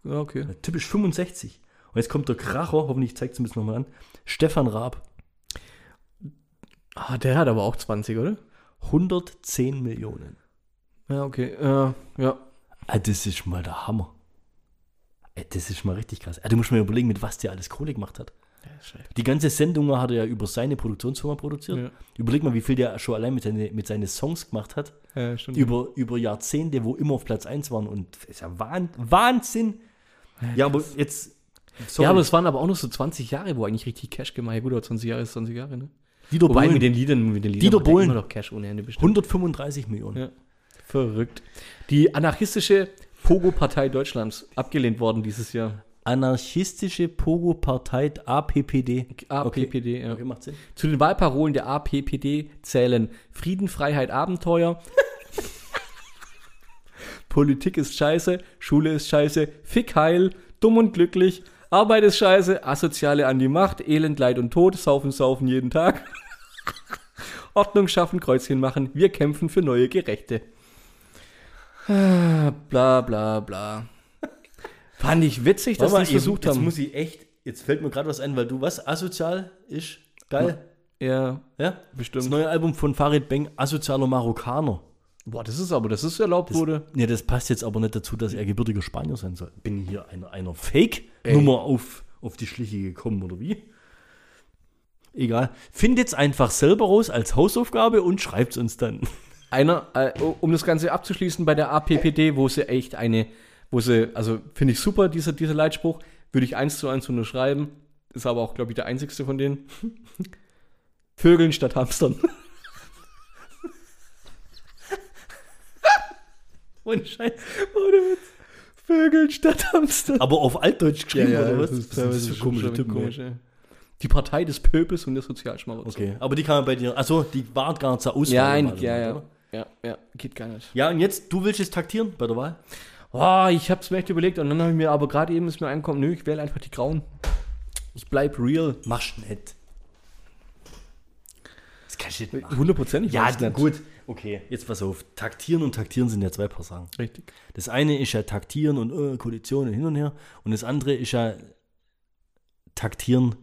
A: Ja, okay.
B: Typisch 65. Und jetzt kommt der Kracher, hoffentlich zeigt es mir das nochmal an. Stefan Raab,
A: Ah, der hat aber auch 20, oder?
B: 110 Millionen.
A: Ja, okay. Äh, ja.
B: Ah, das ist mal der Hammer. Ah, das ist mal richtig krass. Ah, du musst mal überlegen, mit was der alles Kohle gemacht hat. Die ganze Sendung hat er ja über seine Produktionsfirma produziert.
A: Ja.
B: Überleg mal, wie viel der schon allein mit, seine, mit seinen Songs gemacht hat.
A: Ja, stimmt.
B: Über, über Jahrzehnte, wo immer auf Platz 1 waren. Und das ist ja Wahn, Wahnsinn. Ja, aber jetzt. Sorry,
A: Ja, aber es waren aber auch noch so 20 Jahre, wo eigentlich richtig Cash gemacht wurde. 20 Jahre ist 20 Jahre, ne?
B: Dieter
A: Wobei
B: Bohlen,
A: mit den Liedern, mit den Liedern
B: Dieter
A: macht er
B: Bohlen.
A: immer noch Cash ohne Ende bestimmt.
B: 135 Millionen.
A: Ja. Verrückt. Die anarchistische Pogo-Partei Deutschlands, abgelehnt worden dieses Jahr.
B: Anarchistische Pogo-Partei APPD.
A: APPD, ja.
B: Okay, macht Sinn.
A: Zu den Wahlparolen der APPD zählen Frieden, Freiheit, Abenteuer. Politik ist scheiße, Schule ist scheiße, Fick heil, dumm und glücklich, Arbeit ist scheiße, Asoziale an die Macht, Elend, Leid und Tod, saufen, saufen jeden Tag. Ordnung schaffen, Kreuzchen machen, wir kämpfen für neue Gerechte. Ah, Bla bla bla. Fand ich witzig, dass
B: Warte
A: sie es
B: mal, ich-
A: versucht
B: jetzt
A: haben.
B: muss ich echt, jetzt fällt mir gerade was ein, weil du was asozial ist. Geil.
A: ja,
B: Ja,
A: bestimmt.
B: Das neue Album von Farid Beng, Asozialer Marokkaner.
A: Boah, das ist aber, das ist erlaubt
B: Das,
A: wurde.
B: Nee, das passt jetzt aber nicht dazu, dass er gebürtiger Spanier sein soll. Bin ich hier einer, einer Fake-Nummer auf, auf die Schliche gekommen, oder wie? Egal. Findet's einfach selber raus als Hausaufgabe und schreibt's uns dann.
A: Einer, äh, um das Ganze abzuschließen bei der APPD, wo sie echt eine, wo sie, also finde ich super, dieser, dieser Leitspruch, würde ich eins zu eins unterschreiben, ist aber auch, glaube ich, der einzigste von denen. Vögeln statt Hamstern.
B: Und Scheiße.
A: Vögeln statt Hamstern.
B: Aber auf Altdeutsch geschrieben, oder was?
A: das ist, das ist schon komische Typen, komisch, ey. Die Partei des Pöbels und der Sozialschmarotzer.
B: Okay, aber die kann man bei dir. Achso, die waren gar nicht zur Auswahl.
A: Ja,
B: Wahl,
A: nein, ja,
B: oder?
A: ja, ja, ja, geht gar nicht.
B: Ja, und jetzt, du willst jetzt taktieren bei der Wahl?
A: Boah, Oh, ich hab's mir echt überlegt und dann habe ich mir aber gerade eben ist mir einkommen, nö, ich wähle einfach die Grauen. Ich bleib real.
B: Machst nicht. Das kannst du nicht machen.
A: Hundertprozentig.
B: Ja,
A: weiß ich nicht.
B: gut. Okay, jetzt pass auf. Taktieren und taktieren sind ja zwei Paar Sachen.
A: Richtig.
B: Das eine ist ja taktieren und äh, Koalitionen hin und her. Und das andere ist ja taktieren.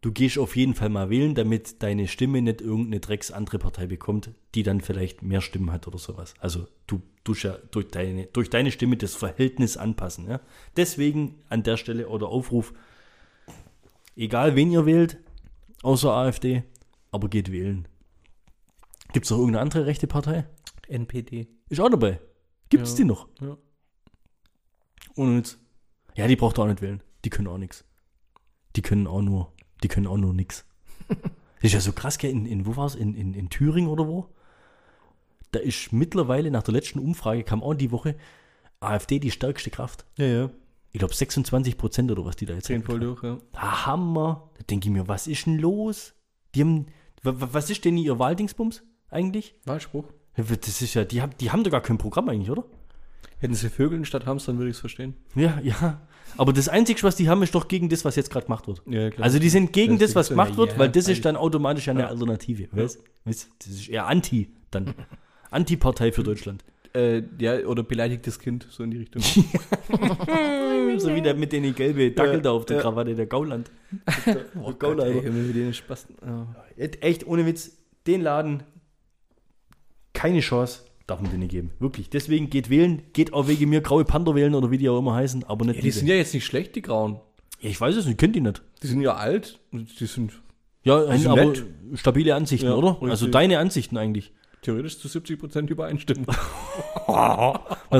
B: Du gehst auf jeden Fall mal wählen, damit deine Stimme nicht irgendeine Drecks andere Partei bekommt, die dann vielleicht mehr Stimmen hat oder sowas. Also du tust ja durch deine, durch deine Stimme das Verhältnis anpassen. Ja? Deswegen an der Stelle oder Aufruf, egal wen ihr wählt, außer AfD, aber geht wählen. Gibt es noch irgendeine andere rechte Partei?
A: NPD.
B: Ist auch dabei. Gibt es
A: Ja.
B: die noch?
A: Ja.
B: Ohne Witz. Ja, die braucht ihr auch nicht wählen. Die können auch nichts. die können auch nur, die können auch nur nix. Das ist ja so krass, gell? In, in wo war's? In, in, in Thüringen oder wo? Da ist mittlerweile nach der letzten Umfrage kam auch die Woche AfD die stärkste Kraft.
A: Ja, ja.
B: Ich glaube 26 Prozent oder was die da jetzt
A: Zehn voll durch, ja.
B: Ah, Hammer. Da denke ich mir, was ist denn los? Die haben, wa- wa- was ist denn ihr Wahldingsbums eigentlich?
A: Wahlspruch.
B: Das ist ja, die haben, die haben doch gar kein Programm eigentlich, oder?
A: Hätten sie Vögeln statt Hamstern, würde ich es verstehen.
B: Ja, ja. Aber das Einzige, was die haben, ist doch gegen das, was jetzt gerade gemacht wird.
A: Ja, klar.
B: Also die sind gegen
A: Das
B: das,
A: gibt's
B: was
A: ja
B: gemacht
A: nicht.
B: wird,
A: Ja,
B: weil das
A: freilich.
B: ist dann automatisch eine Alternative. Weißt? Weißt? Das ist eher Anti dann. Anti-Partei für Deutschland.
A: Äh, ja, oder beleidigtes Kind, so in die Richtung.
B: so wie der mit den gelbe Dackel
A: Ja,
B: da auf der
A: ja.
B: Krawatte, der Gauland.
A: oh
B: Gott, ey,
A: mit denen Spasten.
B: Echt ohne Witz, den Laden, keine Chance, darf man denen geben. Wirklich. Deswegen geht wählen, geht auch wegen mir graue Panther wählen oder wie die auch immer heißen, aber nicht
A: Ja, die
B: diese.
A: sind ja jetzt nicht schlecht, die Grauen.
B: ja, ich weiß es nicht, kennt die nicht.
A: Die sind ja alt. und Die sind
B: Ja, also
A: sind
B: aber
A: nett.
B: stabile Ansichten,
A: Ja,
B: oder?
A: richtig.
B: Also deine Ansichten eigentlich.
A: theoretisch zu 70% übereinstimmen.
B: Was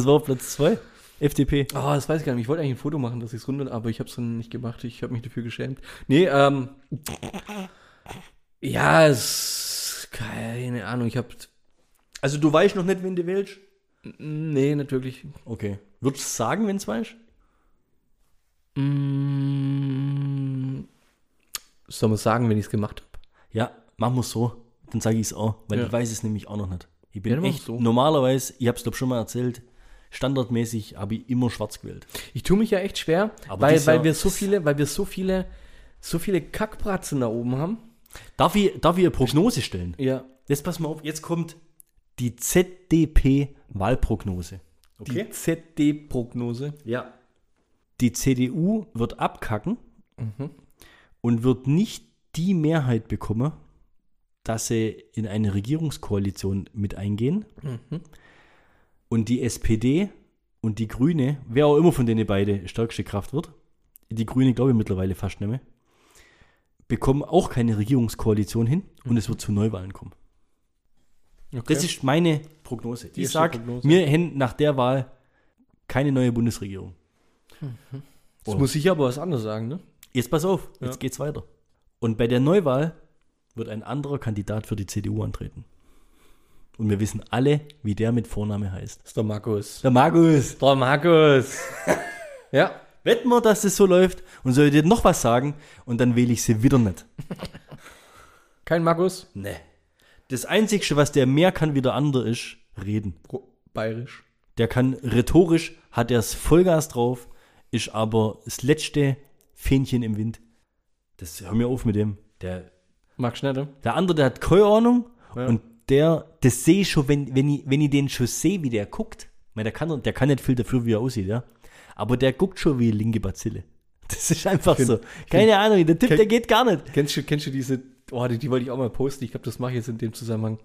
B: war auf Platz 2? FDP.
A: Oh, das weiß ich gar nicht. Ich wollte eigentlich ein Foto machen, dass ich es runde, aber ich habe es dann nicht gemacht. Ich habe mich dafür geschämt. Nee, ähm. Ja, es. Keine Ahnung. Ich habe.
B: Also du weißt noch nicht, wen du wählst?
A: Nee, natürlich.
B: Okay. Würdest du sagen, wenn es weißt?
A: Mm, soll man sagen, wenn ich es gemacht habe?
B: Ja, machen wir es so. Dann sage ich es auch, weil
A: Ja.
B: ich weiß es nämlich auch noch nicht. Ich bin
A: Ja, dann machen
B: echt,
A: wir's so.
B: normalerweise, ich habe es glaube schon mal erzählt, standardmäßig habe ich immer schwarz gewählt.
A: Ich tue mich ja echt schwer,
B: Aber
A: weil,
B: dies
A: weil
B: Jahr-
A: wir so viele, weil wir so viele, so viele Kackbratzen da oben haben.
B: Darf ich, darf ich eine Prognose stellen?
A: Ja.
B: Jetzt pass mal auf, jetzt kommt die ZDP-Wahlprognose.
A: Die ZD-Prognose.
B: Ja. Die CDU wird abkacken
A: Mhm,
B: und wird nicht die Mehrheit bekommen, dass sie in eine Regierungskoalition mit eingehen.
A: mhm.
B: Und die SPD und die Grüne, wer auch immer von denen beide stärkste Kraft wird, die Grüne glaube ich mittlerweile fast nicht mehr, bekommen auch keine Regierungskoalition hin und es wird zu Neuwahlen kommen.
A: Okay.
B: Das ist meine Prognose. ich
A: erste
B: sage,
A: Prognose.
B: wir hätten nach der Wahl keine neue Bundesregierung.
A: Jetzt muss ich aber was anderes sagen, ne?
B: Jetzt pass auf, jetzt geht's weiter. Und bei der Neuwahl wird ein anderer Kandidat für die CDU antreten. Und wir wissen alle, wie der mit Vorname heißt.
A: Das ist der Markus.
B: Der Markus.
A: Der Markus. ja.
B: Wetten wir, dass das so läuft und soll dir noch was sagen und dann wähle ich sie wieder nicht.
A: Kein Markus.
B: Nee. Das Einzige, was der mehr kann wie der andere ist, reden.
A: Pro Bayerisch.
B: Der kann rhetorisch, hat er das Vollgas drauf, ist aber das letzte Fähnchen im Wind. Das hör mir auf mit dem. Der
A: Marc Schnetter.
B: Der andere, der hat keine Ahnung.
A: Ja.
B: Und der, das sehe ich schon, wenn, wenn, ich, wenn ich den schon sehe, wie der guckt. Ich meine, der kann, der kann nicht viel dafür, wie er aussieht, ja. Aber der guckt schon wie linke Bazille. Das ist einfach
A: find-
B: so. Keine Ahnung, der Tipp,
A: kenn-
B: der geht gar nicht.
A: Kennst du, kennst du diese, oh, die, die wollte ich auch mal posten. Ich glaube, das mache ich jetzt in dem Zusammenhang.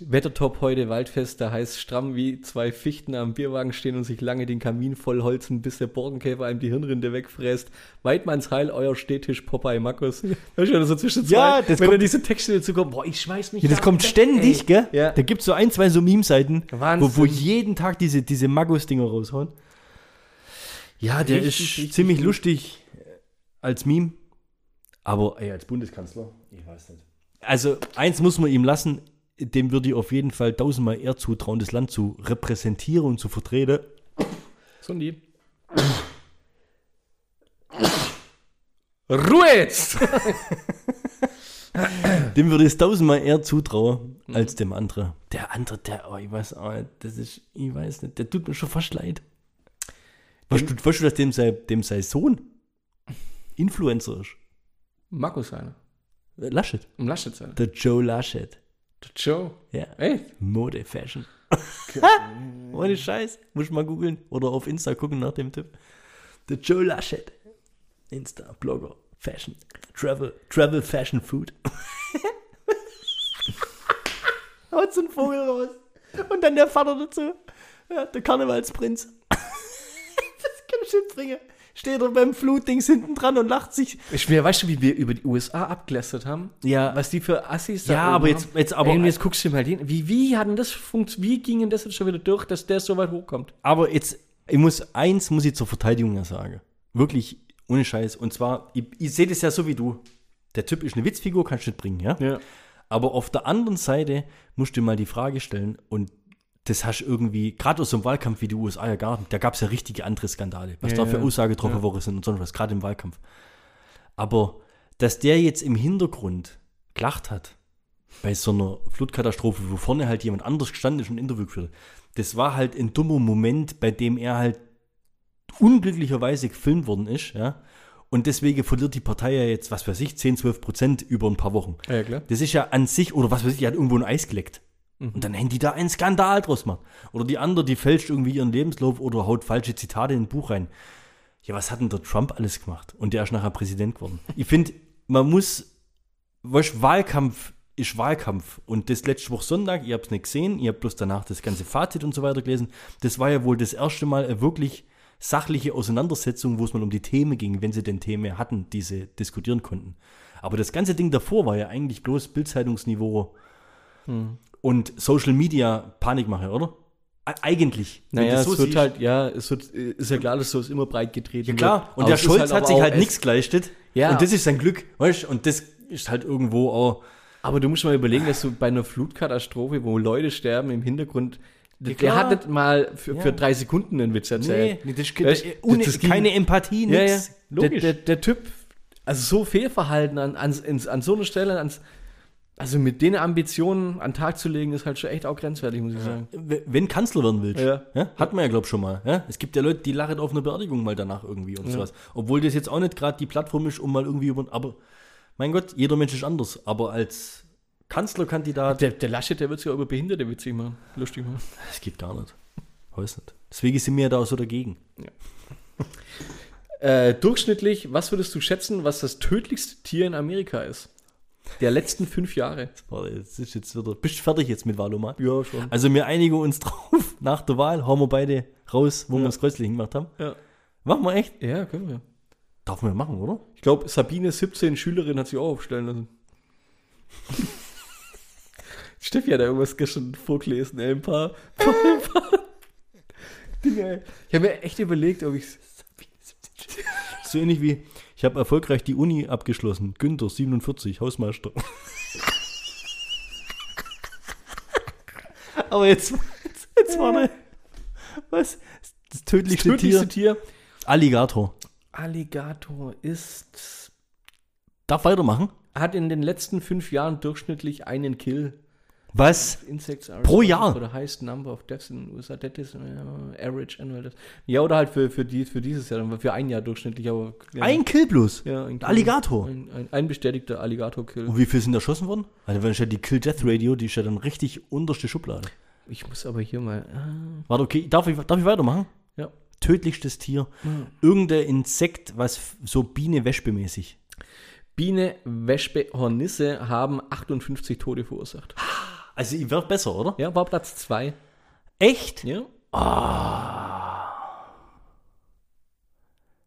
A: Wettertop heute Waldfest, da heißt stramm wie zwei Fichten am Bierwagen stehen und sich lange den Kamin vollholzen, bis der Borkenkäfer einem die Hirnrinde wegfräst. Weidmanns Heil, euer Stehtisch, Popeye Markus. Da ist ja so zwischen zwei.
B: Ja, das
A: Wenn
B: kommt-
A: da diese Texte dazu kommen, boah, ich schmeiß mich
B: Ja, das
A: ab.
B: kommt ständig, gell?
A: Ja.
B: Da gibt es so ein, zwei so Meme-Seiten, wo, wo
A: Wahnsinn.
B: jeden Tag diese, diese Magus-Dinger raushauen. Ja, der
A: Richtig,
B: ist
A: richtig
B: ziemlich
A: gut.
B: lustig als Meme. Aber ey, als Bundeskanzler, ich weiß nicht. Also, eins muss man ihm lassen, dem würde ich auf jeden Fall tausendmal eher zutrauen, das Land zu repräsentieren und zu vertreten.
A: Sundi. Ruhe jetzt!
B: Dem würde ich es tausendmal eher zutrauen als dem anderen. Der andere, der, oh, ich weiß auch nicht, das ist, ich weiß nicht, der tut mir schon fast leid. Weißt du, weißt du dass dem sein, dem sein Sohn Influencer ist?
A: Markus einer.
B: Äh, Laschet.
A: Im Laschet einer.
B: Der Joe Laschet.
A: Der Joe.
B: Ja.
A: Echt?
B: Mode, Fashion. Ohne Scheiß. Muss mal googeln oder auf Insta gucken nach dem Tipp. Der Joe Laschet. Insta, Blogger, Fashion, Travel, Travel, Fashion, Food. Haut so ein Vogel raus. Und dann der Vater dazu. Ja, der Karnevalsprinz. das kann ich nicht bringen. Steht er beim Flutdings hinten dran und lacht sich.
A: Ich, wer- weißt du, wie wir über die USA abgelästert haben?
B: Ja,
A: Was die für Assis
B: Ja,
A: oben
B: aber jetzt-
A: haben.
B: jetzt aber-
A: Ey, und jetzt guckst du dir mal den. Wie, wie hat denn das funktioniert? Wie ging denn das jetzt schon wieder durch, dass der so weit hochkommt?
B: Aber jetzt, ich muss, eins muss ich zur Verteidigung ja sagen. Wirklich, Ohne Scheiß. Und zwar, ich, ich sehe das ja so wie du. Der Typ ist eine Witzfigur, kannst du nicht bringen, ja?
A: Ja.
B: Aber auf der anderen Seite musst du dir mal die Frage stellen und das hast du irgendwie, gerade aus so einem Wahlkampf wie die USA ja gar nicht, da gab es ja richtige andere Skandale, was
A: Ja,
B: da für
A: ja.
B: Aussagen getroffen worden sind und sonst was, gerade im Wahlkampf. Aber dass der jetzt im Hintergrund gelacht hat, bei so einer Flutkatastrophe, wo vorne halt jemand anders gestanden ist und ein Interview geführt hat, das war halt ein dummer Moment, bei dem er halt unglücklicherweise gefilmt worden ist, ja. Und deswegen verliert die Partei ja jetzt, was weiß ich, 10, 12 Prozent über ein paar Wochen.
A: Ja, klar.
B: Das ist ja an sich, oder was weiß ich, die hat irgendwo ein Eis geleckt. Und dann hätten die da einen Skandal draus gemacht. Oder die andere, die fälscht irgendwie ihren Lebenslauf oder haut falsche Zitate in ein Buch rein. Ja, was hat denn der Trump alles gemacht? Und der ist nachher Präsident geworden. Ich finde, man muss, weißt, Wahlkampf ist Wahlkampf. Und das letzte Woche Sonntag, ihr habt es nicht gesehen, ihr habt bloß danach das ganze Fazit und so weiter gelesen. Das war ja wohl das erste Mal eine wirklich sachliche Auseinandersetzung, wo es mal um die Themen ging, wenn sie denn Themen hatten, die sie diskutieren konnten. Aber das ganze Ding davor war ja eigentlich bloß Bildzeitungsniveau
A: Hm.
B: und Social Media Panikmache, oder? E- Eigentlich. Wenn
A: Naja,
B: du
A: es
B: so
A: wird
B: siehst.
A: halt, ja, es wird, ist ja klar, dass sowas immer breit getreten
B: Ja klar,
A: wird.
B: und
A: Aber
B: der
A: es ist
B: Scholz
A: halt
B: hat
A: aber
B: sich
A: auch
B: halt
A: echt-
B: nichts geleistet.
A: Ja.
B: Und das ist sein Glück, weißt du? Und das ist halt irgendwo auch.
A: Aber du musst mal überlegen, dass du bei einer Flutkatastrophe, wo Leute sterben im Hintergrund, der, der
B: klar.
A: hat nicht mal für,
B: Ja.
A: für drei Sekunden einen Witz erzählt.
B: das ist äh,
A: Weißt du,
B: ohne,
A: das ging-
B: keine Empathie,
A: ja, ja.
B: nix.
A: Der, der, der Typ, also so Fehlverhalten an, an, ins, an so einer Stelle, ans, also mit den Ambitionen an den Tag zu legen, ist halt schon echt auch grenzwertig, muss ich sagen.
B: W- Wenn Kanzler werden willst,
A: Ja.
B: hat man ja, glaube ich, schon mal. Ja? Es gibt ja Leute, die lachen auf eine Beerdigung mal danach irgendwie und sowas. Obwohl das jetzt auch nicht gerade die Plattform ist, um mal irgendwie über. Aber mein Gott, jeder Mensch ist anders. Aber als Kanzlerkandidat.
A: Der, der Laschet, der wird sich auch über Behinderte witzig machen, lustig machen.
B: Das geht gar nicht. Weiß nicht. Deswegen sind wir ja da so dagegen.
A: Äh, durchschnittlich, was würdest du schätzen, was das tödlichste Tier in Amerika ist? Der letzten fünf Jahre.
B: Warte, jetzt ist jetzt wieder. Bist du fertig jetzt mit Wahlomat?
A: Ja, schon.
B: Also wir einigen uns drauf. Nach der Wahl hauen wir beide raus, wo wir uns kreuzlich gemacht haben.
A: Ja.
B: Machen wir echt?
A: Ja, können wir.
B: Darf man machen, oder?
A: Ich glaube, Sabine 17 Schülerin hat sich auch aufstellen lassen. Steffi hat da irgendwas gestern vorgelesen, ey, ein paar, ein paar Dinge. ey. Ich habe mir echt überlegt, ob ich
B: So ähnlich wie, ich habe erfolgreich die Uni abgeschlossen. Günther, 47, Hausmeister. Aber jetzt, jetzt, jetzt war ne, was? Das tödlichste, Tier. Alligator.
A: Alligator ist
B: Darf weitermachen?
A: hat in den letzten fünf Jahren durchschnittlich einen Kill.
B: Was?
A: Insects are
B: Pro Jahr?
A: for the highest number of deaths in USA. That is äh, average annual death. Ja, oder halt für, für, die, für dieses Jahr, dann für ein Jahr durchschnittlich, aber ja.
B: Ein Kill bloß.
A: ja, ein Kill.
B: Alligator.
A: Ein, ein, ein bestätigter Alligator-Kill.
B: Und wie viele sind erschossen worden? Also wenn ich ja die Kill-Death-Radio, die ist ja dann richtig unterste Schublade.
A: Ich muss aber hier mal. Ah,
B: Warte, okay, darf ich, darf ich weitermachen?
A: ja.
B: Tödlichstes Tier. Irgendein Insekt, was f- so Biene-Wespe-mäßig.
A: Biene, Wespe, Hornisse haben 58 Tote verursacht.
B: Also, ihr werdet besser, oder?
A: Ja, war Platz 2.
B: Echt?
A: Ja.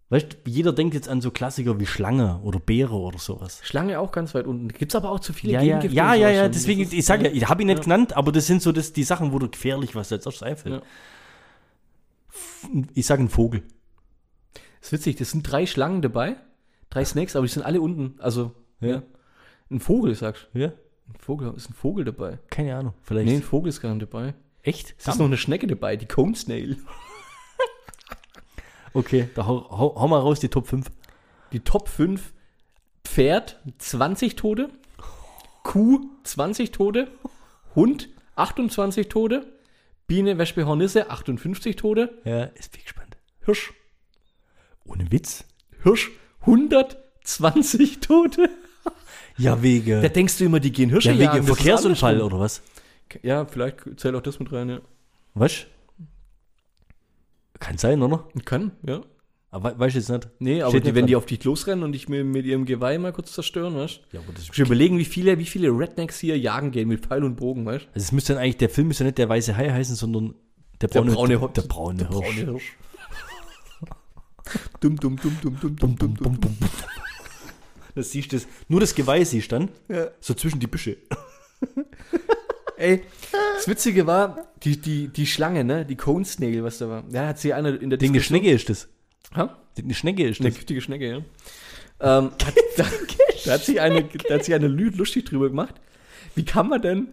B: Weißt du, jeder denkt jetzt an so Klassiker wie Schlange oder Beere oder sowas.
A: Schlange auch ganz weit unten. Gibt es aber auch zu viele
B: Ja, ja,
A: Gegengifte und
B: ja, ja,
A: sowas
B: ja,
A: schon.
B: deswegen,
A: Das ist-
B: ich sage ja, ich habe ihn nicht genannt, aber das sind so das, die Sachen, wo du gefährlich was als erstes einfällt.
A: Ja.
B: F- Ich sage ein Vogel.
A: Das ist witzig, das sind drei Schlangen dabei, drei Snakes, aber die sind alle unten. Also, ja. Ein Vogel, sagst
B: Ja?
A: du. Ein Vogel, ist ein Vogel dabei?
B: Keine Ahnung, vielleicht.
A: Nee, ein Vogel ist gar nicht dabei.
B: Echt?
A: Es ist noch eine Schnecke dabei, die Cone Snail.
B: Okay, da hau, hau, hau mal raus die Top 5.
A: Die Top 5: Pferd 20 Tote, Kuh 20 Tote, Hund 28 Tote, Biene, Wespe, Hornisse 58 Tote,
B: Ja, ist wirklich spannend.
A: Hirsch,
B: Ohne Witz.
A: Hirsch 120 Tote.
B: Ja, wegen.
A: Da denkst du immer, die gehen Hirsche
B: Ja, wegen
A: jagen, das ist
B: Verkehrsunfall
A: andersrum.
B: oder was?
A: Ja, vielleicht zählt auch das mit rein, ja.
B: Was? Kann sein, oder?
A: Kann, ja.
B: Aber we weiß ich jetzt nicht.
A: Nee, aber
B: Steht
A: die,
B: nicht
A: wenn
B: dran.
A: die auf dich losrennen und dich mit, mit ihrem Geweih mal kurz zerstören, weißt du?
B: Ja, aber das,
A: Ich muss überlegen, wie viele, wie viele Rednecks hier jagen gehen mit Pfeil und Bogen, weißt
B: also es müsste dann eigentlich, der Film müsste nicht der weiße Hai heißen, sondern der braune,
A: braune Hopf-
B: der braune Hirsch.
A: Hirsch. Dumm, dumm, dumm, dumm, dumm, dumm, dumm, dumm.
B: Das siehst du, das- nur das Geweih siehst du dann,
A: Ja.
B: so zwischen die Büsche.
A: Ey, das Witzige war, die, die, die Schlange, ne? Die Cone Snail, was da war. Ja, hat sie einer in der
B: Wegen der Schnecke ist das.
A: Ha?
B: Eine Schnecke ist
A: Eine
B: das.
A: giftige Schnecke, ja. Ähm, da, da, da, hat sich eine, da hat sich eine Lü lustig drüber gemacht. Wie kann man denn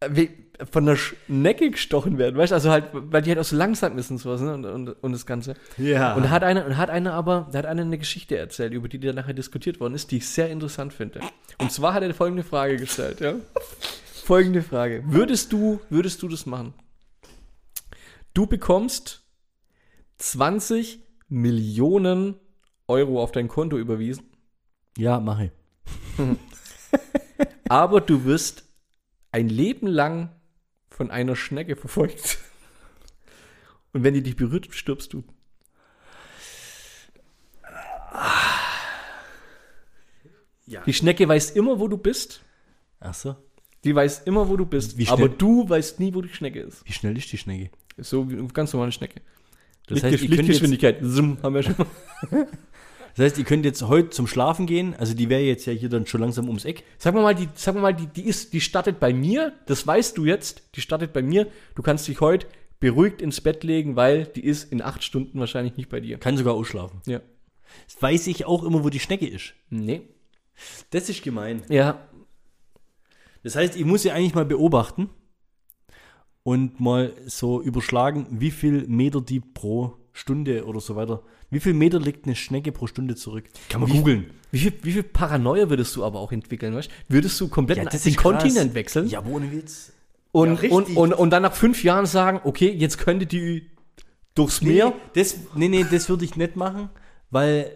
A: äh, wie, von einer Schnecke gestochen werden? Weißt du, also halt, weil die halt auch so langsam ist und sowas, ne? Und, und, und das Ganze.
B: Ja.
A: Und da hat einer, und hat einer aber, da hat einer eine Geschichte erzählt, über die, die dann nachher diskutiert worden ist, die ich sehr interessant finde. Und zwar hat er folgende Frage gestellt, ja. Folgende Frage. Würdest du, würdest du das machen? Du bekommst 20 Millionen Euro auf dein Konto überwiesen,
B: ja, mach ich.
A: aber du wirst ein Leben lang von einer Schnecke verfolgt. Und wenn die dich berührt, stirbst du.
B: Ja.
A: Die Schnecke weiß immer, wo du bist.
B: Ach so.
A: Die weiß immer, wo du bist.
B: Wie schnell-
A: aber du weißt nie, wo die Schnecke ist.
B: Wie schnell ist die Schnecke?
A: Ist So wie eine ganz normale Schnecke.
B: Das heißt, ihr könnt jetzt,
A: Lichtgeschwindigkeit. Zoom, haben wir schon mal.
B: das heißt, ihr könnt jetzt heute zum Schlafen gehen. Also die wäre jetzt ja hier dann schon langsam ums Eck.
A: Sag mal, die, sag mal die, die, ist, die startet bei mir. Das weißt du jetzt. Die startet bei mir. Du kannst dich heute beruhigt ins Bett legen, weil die ist in acht Stunden wahrscheinlich nicht bei dir.
B: Kann sogar ausschlafen.
A: Ja.
B: Das weiß ich auch immer, wo die Schnecke ist.
A: Nee.
B: Das ist gemein.
A: Ja.
B: Das heißt, ich muss sie eigentlich mal beobachten und mal so überschlagen, wie viel Meter die pro Stunde oder so weiter. Wie viel Meter liegt eine Schnecke pro Stunde zurück? Kann man googeln.
A: Wie viel, wie viel Paranoia würdest du aber auch entwickeln, weißt? Würdest du komplett
B: das
A: den
B: ist krass.
A: Kontinent wechseln
B: Ja, aber ohne Witz.
A: und,
B: ja, richtig.
A: und, und, und dann nach fünf Jahren sagen, okay, jetzt könnte die durchs
B: Nee,
A: Meer.
B: das, nee, nee, das würde ich nicht machen, weil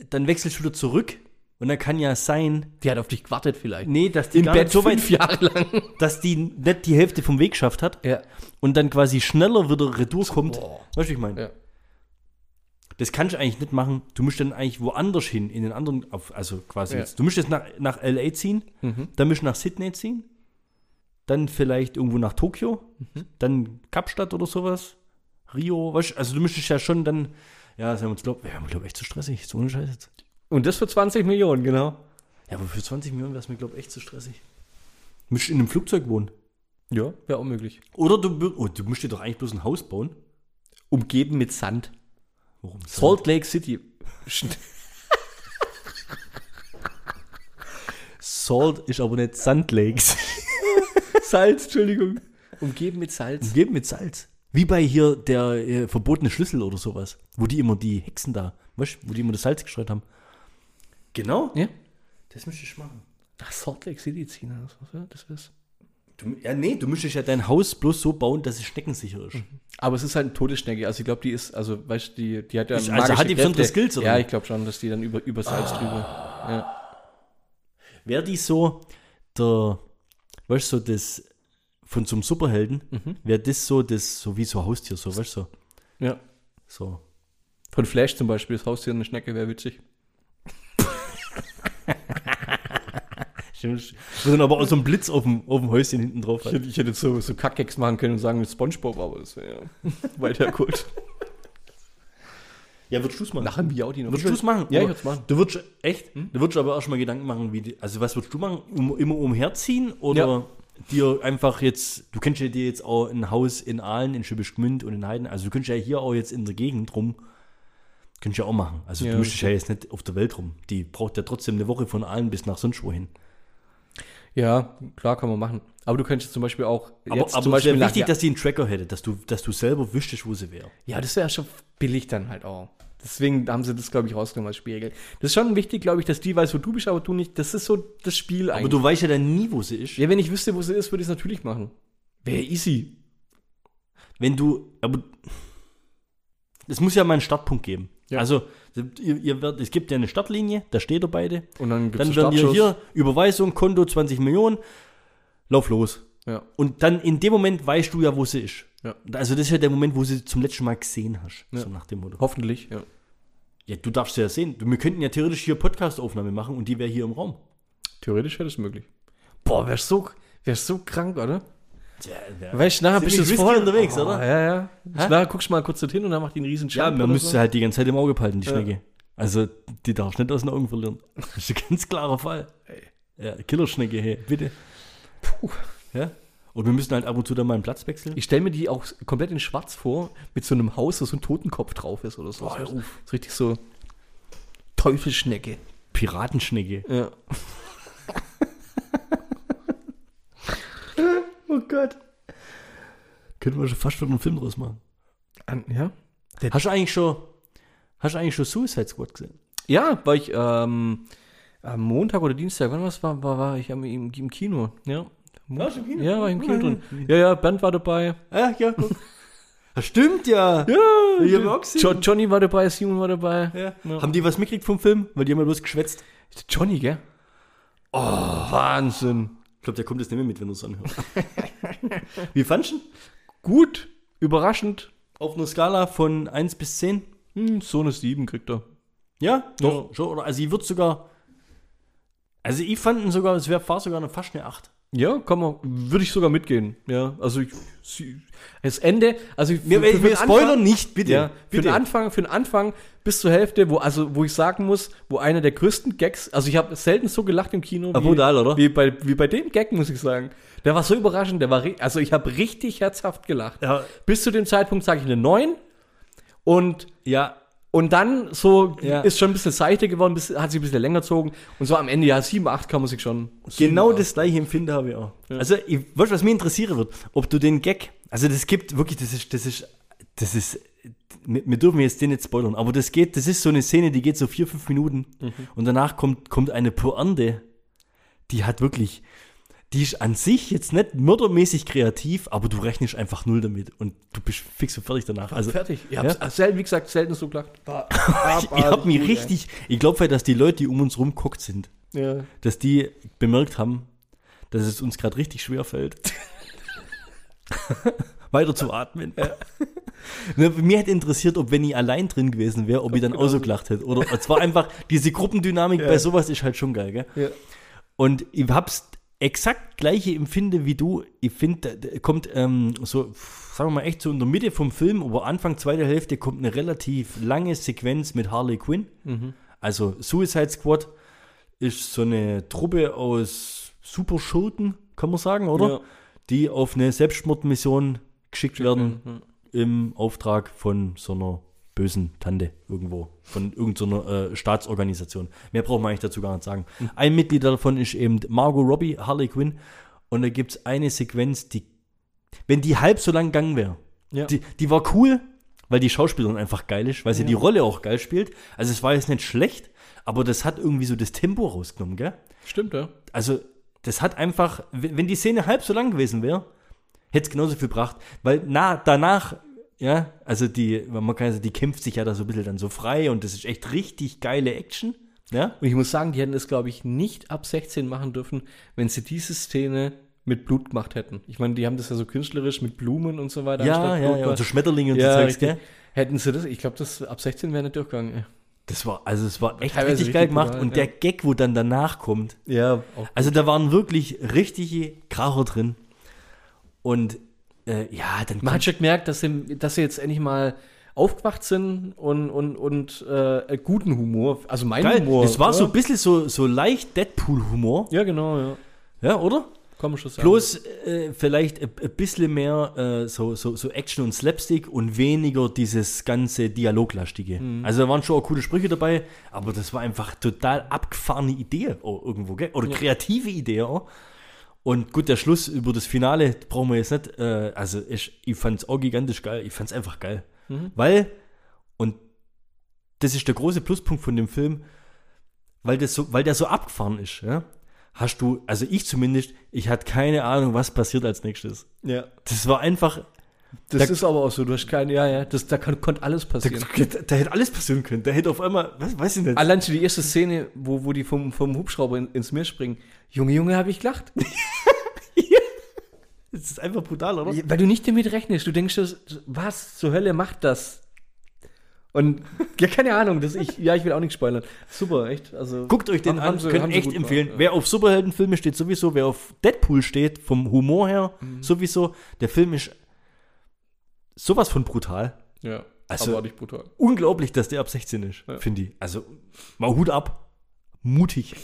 B: äh, dann wechselst du wieder zurück und dann kann ja sein,
A: Die hat auf dich gewartet vielleicht.
B: nee, dass die, gar nicht so weit,
A: Jahre lang.
B: dass die nicht die Hälfte vom Weg geschafft hat
A: Ja.
B: und dann quasi schneller wieder retour kommt.
A: Boah.
B: Weißt du, was ich meine?
A: Ja.
B: Das kannst du eigentlich nicht machen. Du musst dann eigentlich woanders hin, in den anderen, auf, also quasi
A: Ja.
B: jetzt. Du musst jetzt nach, nach LA ziehen, dann musst du nach Sydney ziehen, dann vielleicht irgendwo nach Tokio,
A: Mhm.
B: dann Kapstadt oder sowas, Rio, weißt, du, also du müsstest ja schon dann, ja, sagen wir uns, glaub, wir haben, glaube ich, echt zu stressig, so ohne Scheiß jetzt.
A: Und das für 20 Millionen, genau.
B: Ja, aber für 20 Millionen wäre es mir, glaube ich, echt zu stressig. Du musst in einem Flugzeug wohnen.
A: Ja, wäre auch möglich.
B: Oder du, bu- oh, du musst dir doch eigentlich bloß ein Haus bauen.
A: Umgeben mit Sand.
B: Warum?
A: Salt Lake City. Sch-
B: Salt ist aber nicht Sand Lakes.
A: Salz, Entschuldigung. Umgeben mit Salz.
B: Umgeben mit Salz. Wie bei hier der äh, verbotene Schlüssel oder sowas, wo die immer die Hexen da, weißt, du, wo die immer das Salz gestreut haben. Genau.
A: Ja?
B: Das müsstest du machen.
A: Nach Salt Lake City ziehen, das, was, das ist.
B: Du, ja, nee, du müsstest ja dein Haus bloß so bauen, dass es steckensicher ist.
A: Aber es ist halt eine Todesschnecke. Also ich glaube, die ist, also weißt du, die, die hat ja
B: Ist- also
A: magische
B: hat die besondere
A: Kräfte.
B: Skills, oder? Ah.
A: Ja, ich glaube schon, dass die dann über, über Salz drüber. Ja.
B: Wäre die so der, weißt du, so das von zum Superhelden, wäre das so das, so wie so ein Haustier, so, weißt du, so.
A: ja.
B: so.
A: Von Flash zum Beispiel, das Haustier und eine Schnecke wäre witzig.
B: Stimmt. Wo dann aber auch so ein Blitz auf dem, auf dem Häuschen hinten drauf
A: Ich hätte, ich hätte jetzt so, so Kackgags machen können und sagen mit Spongebob, aber das wäre ja weit hergeholt.
B: Ja, würdest du es machen?
A: Nachher miaut die noch.
B: Würdest du es machen?
A: Ja, ich
B: Oder-
A: würde es machen. Hm?
B: Du würdest, echt? Du würdest aber auch schon mal Gedanken machen, wie, die, also was würdest du machen? Um, immer umherziehen oder dir einfach jetzt, du könntest ja dir jetzt auch ein Haus in Aalen, in Schwäbisch Gmünd und in Heiden, also du könntest ja hier auch jetzt in der Gegend rum, könntest ja auch machen. Also
A: Ja,
B: du müsstest ja jetzt nicht auf der Welt rum. Die braucht ja trotzdem eine Woche von Aalen bis nach sonst wohin.
A: Ja, klar kann man machen. Aber du könntest zum Beispiel auch
B: Aber,
A: jetzt
B: aber
A: zum
B: es wäre
A: nach-
B: wichtig,
A: ja,
B: dass die einen Tracker hätte, dass du, dass du selber wüsstest, wo sie wäre.
A: ja, das wäre schon billig dann halt auch. Deswegen haben sie das, glaube ich, rausgenommen als Spielregel. Das ist schon wichtig, glaube ich, dass die weiß, wo du bist, aber du nicht. Das ist so das Spiel
B: Aber
A: eigentlich.
B: du weißt ja dann nie, wo sie ist.
A: ja, wenn ich wüsste, wo sie ist, würde ich es natürlich machen. Wäre easy.
B: wenn du, aber es muss ja mal einen Startpunkt geben.
A: Ja.
B: Also, ihr, ihr werdet, es gibt ja eine Startlinie, da steht ihr beide.
A: Und dann gibt's
B: dann werden ihr
A: Startschuss.
B: hier Überweisung, Konto 20 Millionen, lauf los.
A: Ja.
B: Und dann in dem Moment weißt du ja, wo sie ist.
A: Ja.
B: Also, das ist ja der Moment, wo sie zum letzten Mal gesehen hast.
A: Ja.
B: So nach dem Motto.
A: Hoffentlich, ja.
B: Ja, du darfst sie ja sehen. Du- Wir könnten ja theoretisch hier Podcast-Aufnahme machen und die wäre hier im Raum.
A: Theoretisch wäre das möglich. Boah, wär's so, wär's so krank, oder?
B: Tja,
A: Weißt du, nachher
B: Sind
A: bist du
B: nicht risky
A: voll
B: unterwegs,
A: oh,
B: oder?
A: Ja, ja. Nachher guckst du mal kurz dorthin und dann macht die einen riesen
B: Ja,
A: Jump
B: man
A: oder
B: müsste
A: so.
B: halt die ganze Zeit im Auge behalten, die Schnecke. Also, die darfst du nicht aus den Augen verlieren. Das ist ein ganz klarer Fall. Ja, Killerschnecke, hey, bitte. Puh. Ja? Und wir müssen halt ab und zu dann mal einen Platz wechseln.
A: Ich stelle mir die auch komplett in schwarz vor, mit so einem Haus, wo so ein Totenkopf drauf ist oder so.
B: Boah,
A: so, so richtig so Teufelschnecke.
B: Piratenschnecke.
A: Ja.
B: Oh Gott. Könnten wir schon fast schon einen Film draus machen.
A: An, ja?
B: Hast du eigentlich schon, hast du eigentlich schon Suicide Squad gesehen?
A: Ja, war ich ähm, am Montag oder Dienstag, wann was war, war, war ich am, im, im Kino. Ja.
B: Warst du Hm? im Kino?
A: Ja, war ich im Kino drin. Ja, ja, Bernd war dabei.
B: Ah, ja, guck. Das stimmt ja.
A: Ja,
B: ich hab auch gesehen.
A: jo Johnny war dabei, Simon war dabei.
B: Ja. Haben die was mitgekriegt vom Film? Weil die haben ja bloß geschwätzt.
A: Johnny, gell? Oh, Wahnsinn.
B: Ich glaube, der kommt jetzt nicht mehr mit, wenn du es anhörst. Wie fandst du ihn?
A: Gut, überraschend.
B: Auf einer Skala von 1 bis 10?
A: Hm, so eine 7 kriegt er.
B: Ja, doch. Schon, oder? Also ich würde sogar. Also ich fand ihn sogar, es wäre fast sogar eine fast eine 8.
A: Ja, kann man, würde ich sogar mitgehen. Ja, also ich, sie- das Ende, also ich- für- für den Anfang-
B: nicht, bitte.
A: Ja, für
B: bitte.
A: den Anfang, für den Anfang bis zur Hälfte, wo also wo ich sagen muss, wo einer der größten Gags, also ich habe selten so gelacht im Kino
B: Aber brutal, oder?
A: wie bei wie bei dem Gag muss ich sagen. Der war so überraschend, der war ri- also ich habe richtig herzhaft gelacht.
B: Ja.
A: Bis zu dem Zeitpunkt sage ich eine 9 und
B: ja,
A: und dann so
B: Ja.
A: ist schon ein bisschen seichter geworden, bis, hat sich ein bisschen länger gezogen und so am Ende ja 7 8 kann man sich schon
B: Genau das gleiche Empfinden habe ich auch. Also, ich, weißt, du, was mich interessieren wird, ob du den Gag, also das gibt wirklich, das ist, das ist, das ist, wir wir dürfen jetzt den nicht spoilern, aber das geht, das ist so eine Szene, die geht so vier, fünf Minuten und danach kommt, kommt eine Pointe, die hat wirklich, die ist an sich jetzt nicht mördermäßig kreativ, aber du rechnest einfach null damit und du bist fix und fertig danach. Also,
A: fertig. Ich
B: Ja.
A: hab's selten, wie gesagt, selten so gelacht.
B: ich, ich habe mich richtig, ich glaube, dass die Leute, die um uns rum guckt sind,
A: Ja.
B: dass die bemerkt haben, dass es uns gerade richtig schwer fällt, weiter zu atmen. Ne, Mir hätte interessiert, ob wenn ich allein drin gewesen wäre, ob ich dann auch so gelacht hätte. Oder es war einfach, diese Gruppendynamik bei sowas ist halt schon geil, gell?
A: Ja.
B: Und ich hab's exakt gleiche Empfinde wie du. Ich finde, da- da kommt ähm, so, sagen wir mal, echt so in der Mitte vom Film, aber Anfang, zweite Hälfte kommt eine relativ lange Sequenz mit Harley Quinn. Also Suicide Squad ist so eine Truppe aus Superschurken, kann man sagen, oder?
A: Ja.
B: Die auf eine Selbstmordmission geschickt
A: Mhm.
B: werden im Auftrag von so einer bösen Tante irgendwo, von irgendeiner äh, Staatsorganisation. Mehr braucht man eigentlich dazu gar nicht sagen. Ein Mitglied davon ist eben Margot Robbie, Harley Quinn. Und da gibt es eine Sequenz, die, wenn die halb so lang gegangen wäre,
A: Ja.
B: die, die war cool, weil die Schauspielerin einfach geil ist, weil sie die Rolle auch geil spielt. Also es war jetzt nicht schlecht, aber das hat irgendwie so das Tempo rausgenommen, gell?
A: Stimmt, ja.
B: Also, das hat einfach, w- wenn die Szene halb so lang gewesen wäre, hätte es genauso viel gebracht. Weil na, danach, ja, also die, man kann also, die kämpft sich ja da so ein bisschen dann so frei und das ist echt richtig geile Action. Ja?
A: Und ich muss sagen, die hätten es, glaube ich, nicht ab 16 machen dürfen, wenn sie diese Szene mit Blut gemacht hätten. Ich meine, die haben das ja so künstlerisch mit Blumen und so weiter.
B: Ja,
A: anstatt
B: ja,
A: Blut
B: ja.
A: war-
B: Und so Schmetterlinge und
A: ja,
B: so Zeugs,
A: richtig.
B: gell?
A: Hätten sie das, ich glaube, das ab 16 wäre nicht durchgegangen.
B: Das war, also es war echt
A: Teilweise
B: richtig, geil
A: richtig
B: gemacht.
A: brutal,
B: und
A: ja.
B: der Gag, wo dann danach kommt,
A: Ja, auch.
B: Also da waren wirklich richtige Kracher drin. Und äh, ja, dann
A: Man hat
B: kommt,
A: schon gemerkt, dass sie, dass sie jetzt endlich mal aufgewacht sind und, und, und äh, guten Humor, also mein
B: geil.
A: Humor.
B: Es war
A: oder?
B: so ein bisschen so, so leicht Deadpool-Humor.
A: Ja, genau, ja.
B: Ja, oder?
A: Kann man schon sagen.
B: Bloß äh, vielleicht ein- ein bisschen mehr äh, so, so, so Action und Slapstick und weniger dieses ganze Dialoglastige. Also da waren schon auch coole Sprüche dabei, aber das war einfach total abgefahrene Idee auch irgendwo, gell? Oder kreative Idee auch. Und gut, der Schluss über das Finale brauchen wir jetzt nicht. Äh, also ich, ich fand's auch gigantisch geil. Ich fand's einfach geil.
A: Mhm.
B: Weil, und das ist der große Pluspunkt von dem Film, weil, das so, weil der so abgefahren ist, ja? hast du, also ich zumindest, ich hatte keine Ahnung, was passiert als nächstes.
A: ja.
B: Das war einfach,
A: Das
B: Da-
A: ist aber auch so, du hast keine, ja, ja, das, da kann, konnte alles passieren.
B: da hätte alles passieren können. Da hätte auf einmal, was weiß ich nicht.
A: Allein schon die erste Szene, wo, wo die vom, vom Hubschrauber in, ins Meer springen. Junge, Junge, habe ich gelacht.
B: Das ist einfach brutal, oder?
A: Weil du nicht damit rechnest. Du denkst, das- was zur Hölle macht das? Und ja, keine Ahnung, das ich, ja, ich will auch nicht spoilern. Super, echt. Also,
B: Guckt euch den
A: Haben- haben
B: an,
A: sie-
B: könnt
A: haben sie
B: echt
A: gut
B: empfehlen.
A: gemacht, ja.
B: Wer auf Superheldenfilme steht, sowieso, wer auf Deadpool steht, vom Humor her,
A: Mhm.
B: sowieso, der Film ist sowas von brutal.
A: Ja,
B: Also-
A: also, aber nicht brutal.
B: Unglaublich, dass der ab 16 ist, finde ich. Also, mal Hut ab. Mutig.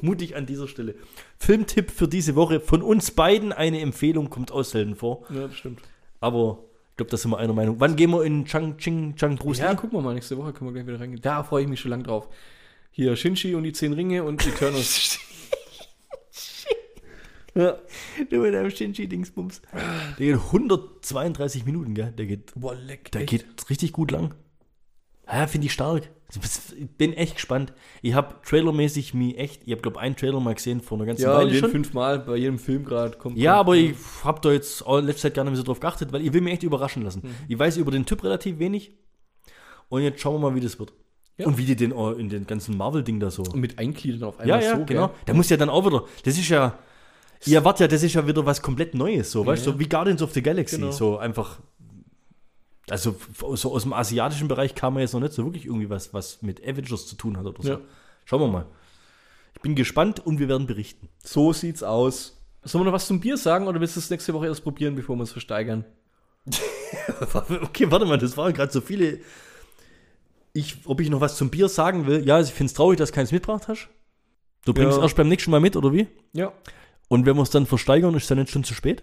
B: mutig an dieser Stelle. Filmtipp für diese Woche von uns beiden. Eine Empfehlung kommt aus selten vor.
A: Ja, das stimmt.
B: Aber ich glaube, das sind wir einer Meinung. Wann gehen wir in Changching, Changbrus?
A: Ja, gucken wir mal. Nächste Woche können wir gleich wieder reingehen. Da freue ich mich schon lang drauf. Hier, Shinji und die Zehn Ringe und Eternus.
B: Ja. Du mit deinem Shinji-Dingsbums. Der geht 132 Minuten, gell? Der geht,
A: Boah, leck.
B: der
A: echt.
B: geht richtig gut lang. Ja, finde ich stark. Ich bin echt gespannt. Ich habe trailermäßig mich echt, ich habe glaube einen Trailer mal gesehen vor einer ganzen
A: Ja,
B: Weile
A: jeden
B: schon.
A: fünfmal, bei jedem Film gerade kommt.
B: Ja, aber ich habe da jetzt auch in letzter Zeit gar nicht mehr so drauf geachtet, weil ich will mich echt überraschen lassen.
A: Mhm.
B: Ich weiß über den Typ relativ wenig. Und jetzt schauen wir mal, wie das wird.
A: Ja.
B: Und wie die den auch in den ganzen Marvel-Ding da so.
A: mit eingliedern auf
B: Ja,
A: einmal
B: ja,
A: so, gell?
B: genau. Der muss ja dann auch wieder. Das ist ja. Ihr erwartet ja, das ist ja wieder was komplett Neues, so, weißt du, so wie Guardians of the Galaxy,
A: Genau.
B: so einfach. Also f- so aus dem asiatischen Bereich kam ja jetzt noch nicht so wirklich irgendwie was, was mit Avengers zu tun hat oder so.
A: Ja.
B: Schauen wir mal. Ich bin gespannt und wir werden berichten.
A: So sieht's aus. Sollen wir noch was zum Bier sagen oder willst du es nächste Woche erst probieren, bevor wir es versteigern?
B: Okay, warte mal, das waren gerade so viele. Ich, ob ich noch was zum Bier sagen will? Ja, also ich finde es traurig, dass keins mitgebracht hast. Du bringst
A: Ja.
B: erst beim nächsten Mal mit, oder wie?
A: Ja.
B: Und wenn wir es dann versteigern, ist es dann nicht schon zu spät?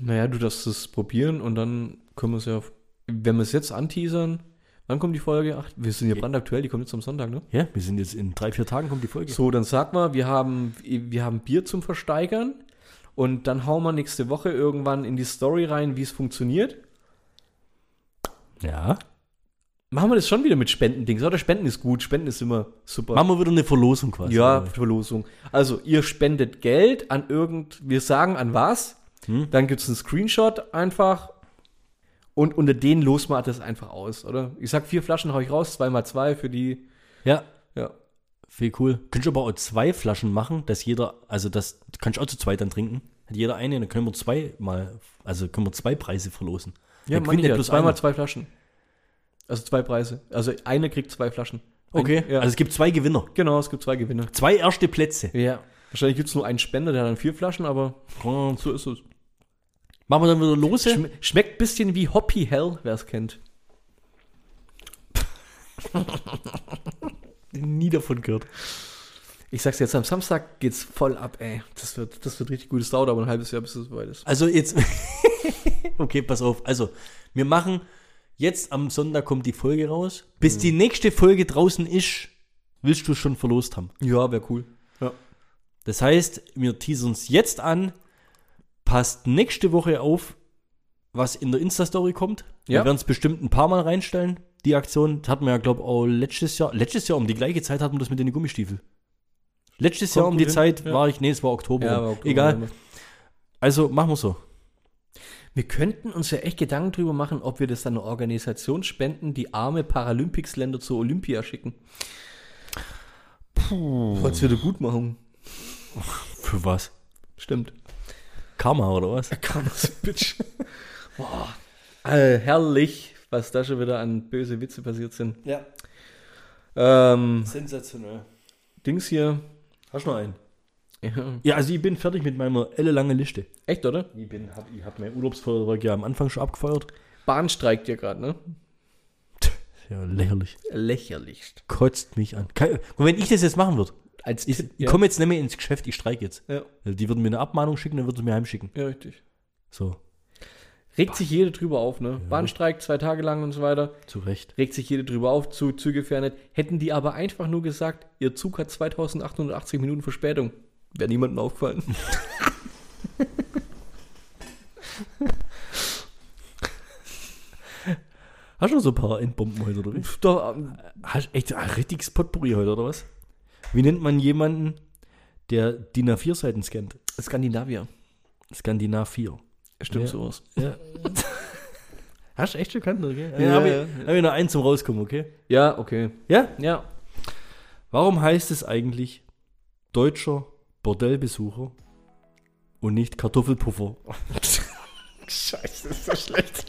A: Naja, du darfst es probieren und dann können wir es ja, wenn wir es jetzt anteasern, wann kommt die Folge? Ach, wir sind ja brandaktuell, die kommt jetzt am Sonntag, ne?
B: Ja, wir sind jetzt in drei, vier Tagen kommt die Folge.
A: So, dann sag mal, wir haben, wir haben Bier zum Versteigern und dann hauen wir nächste Woche irgendwann in die Story rein, wie es funktioniert.
B: Ja.
A: Machen wir das schon wieder mit Spendendings, oder? Spenden ist gut, Spenden ist immer super.
B: Machen wir wieder eine Verlosung quasi.
A: ja,
B: oder?
A: Verlosung. Also, ihr spendet Geld an irgend, wir sagen an was,
B: Hm?
A: dann gibt es einen Screenshot einfach und unter denen los man das einfach aus, oder? Ich sag, vier Flaschen hau ich raus, zweimal zwei für die,
B: Ja,
A: ja.
B: viel cool. Könntest du aber auch zwei Flaschen machen, dass jeder, also das kannst du auch zu zweit dann trinken. Hat jeder eine, dann können wir zwei mal, also können wir zwei Preise verlosen.
A: Ja,
B: Dann
A: man
B: gewinnt
A: ja,
B: plus
A: zweimal
B: einer.
A: zwei Flaschen. Also zwei Preise. Also eine kriegt zwei Flaschen.
B: Okay,
A: ja.
B: also es gibt zwei Gewinner.
A: Genau, es gibt zwei Gewinne.
B: Zwei erste Plätze.
A: Ja. Wahrscheinlich gibt es nur einen Spender, der hat dann vier Flaschen, aber
B: Machen
A: so ist es.
B: wir dann wieder lose.
A: Schm schmeckt ein bisschen wie Hoppy Hell, wer es kennt.
B: nie davon gehört.
A: Ich sag's jetzt, am Samstag geht's voll ab, ey. Das wird, das wird richtig gut. Es dauert aber ein halbes Jahr, bis es soweit ist.
B: Also jetzt, okay, pass auf. Also, wir machen, jetzt am Sonntag kommt die Folge raus. Bis
A: Mhm.
B: die nächste Folge draußen ist, willst du schon verlost haben.
A: Ja, wäre cool. Ja.
B: Das heißt, wir teasern es jetzt an. Passt nächste Woche auf, was in der Insta-Story kommt.
A: Ja.
B: Wir werden es bestimmt ein paar Mal reinstellen. Die Aktion das hatten wir ja, glaube ich, auch letztes Jahr. Letztes Jahr um die gleiche Zeit hatten wir das mit den Gummistiefeln. Letztes
A: Kommt
B: Jahr um
A: gut
B: die
A: hin,
B: Zeit
A: ja.
B: war ich, nee, es war Oktober.
A: ja aber okay,
B: Egal.
A: whatever.
B: Also machen wir so.
A: Wir könnten uns ja echt Gedanken drüber machen, ob wir das dann einer Organisation spenden, die arme Paralympics-Länder zur Olympia schicken. Puh. Wollt's wieder gut machen.
B: Für was?
A: Stimmt.
B: Karma oder was?
A: Kamas Bitch. Boah. Äh, herrlich, was da schon wieder an böse Witze passiert sind.
B: Ja,
A: Ähm,
B: sensationell.
A: Dings hier.
B: Hast du noch einen? Ja, also ich bin fertig mit meiner ellenlangen Liste.
A: Echt, oder?
B: Ich, bin, hab, ich hab mein Urlaubsfeuerwerk ja am Anfang schon abgefeuert.
A: Bahn streikt ja gerade, ne?
B: Ja, lächerlich.
A: Lächerlichst.
B: Kotzt mich an. Kein, und wenn ich das jetzt machen würde,
A: Als
B: ich,
A: Tipp,
B: ich
A: ja.
B: komme jetzt nicht mehr ins Geschäft, ich streike jetzt.
A: Ja.
B: Also Die würden mir eine Abmahnung schicken, dann würden sie mir heimschicken.
A: ja, richtig.
B: So,
A: Regt sich jede drüber auf, ne? Bahnstreik, zwei Tage lang und so weiter.
B: zu Recht.
A: Regt sich jede drüber auf, zu Züge fernet. Hätten die aber einfach nur gesagt, ihr Zug hat 2880 Minuten Verspätung, wäre niemandem aufgefallen.
B: Hast du noch so ein paar Endbomben heute, oder wie?
A: Doch, ähm,
B: Hast echt ein richtiges Potpourri heute, oder was? Wie nennt man jemanden, der DIN A4-Seiten scannt?
A: Skandinavier.
B: Skandinav 4.
A: Stimmt
B: Ja.
A: sowas.
B: Ja. Hast du echt gekannt, okay? Ja,
A: Ja,
B: hab, ich,
A: ja.
B: hab ich noch einen zum Rauskommen, okay?
A: Ja, okay.
B: Ja?
A: Ja.
B: Warum heißt es eigentlich deutscher Bordellbesucher und nicht Kartoffelpuffer?
A: Scheiße, ist das schlecht.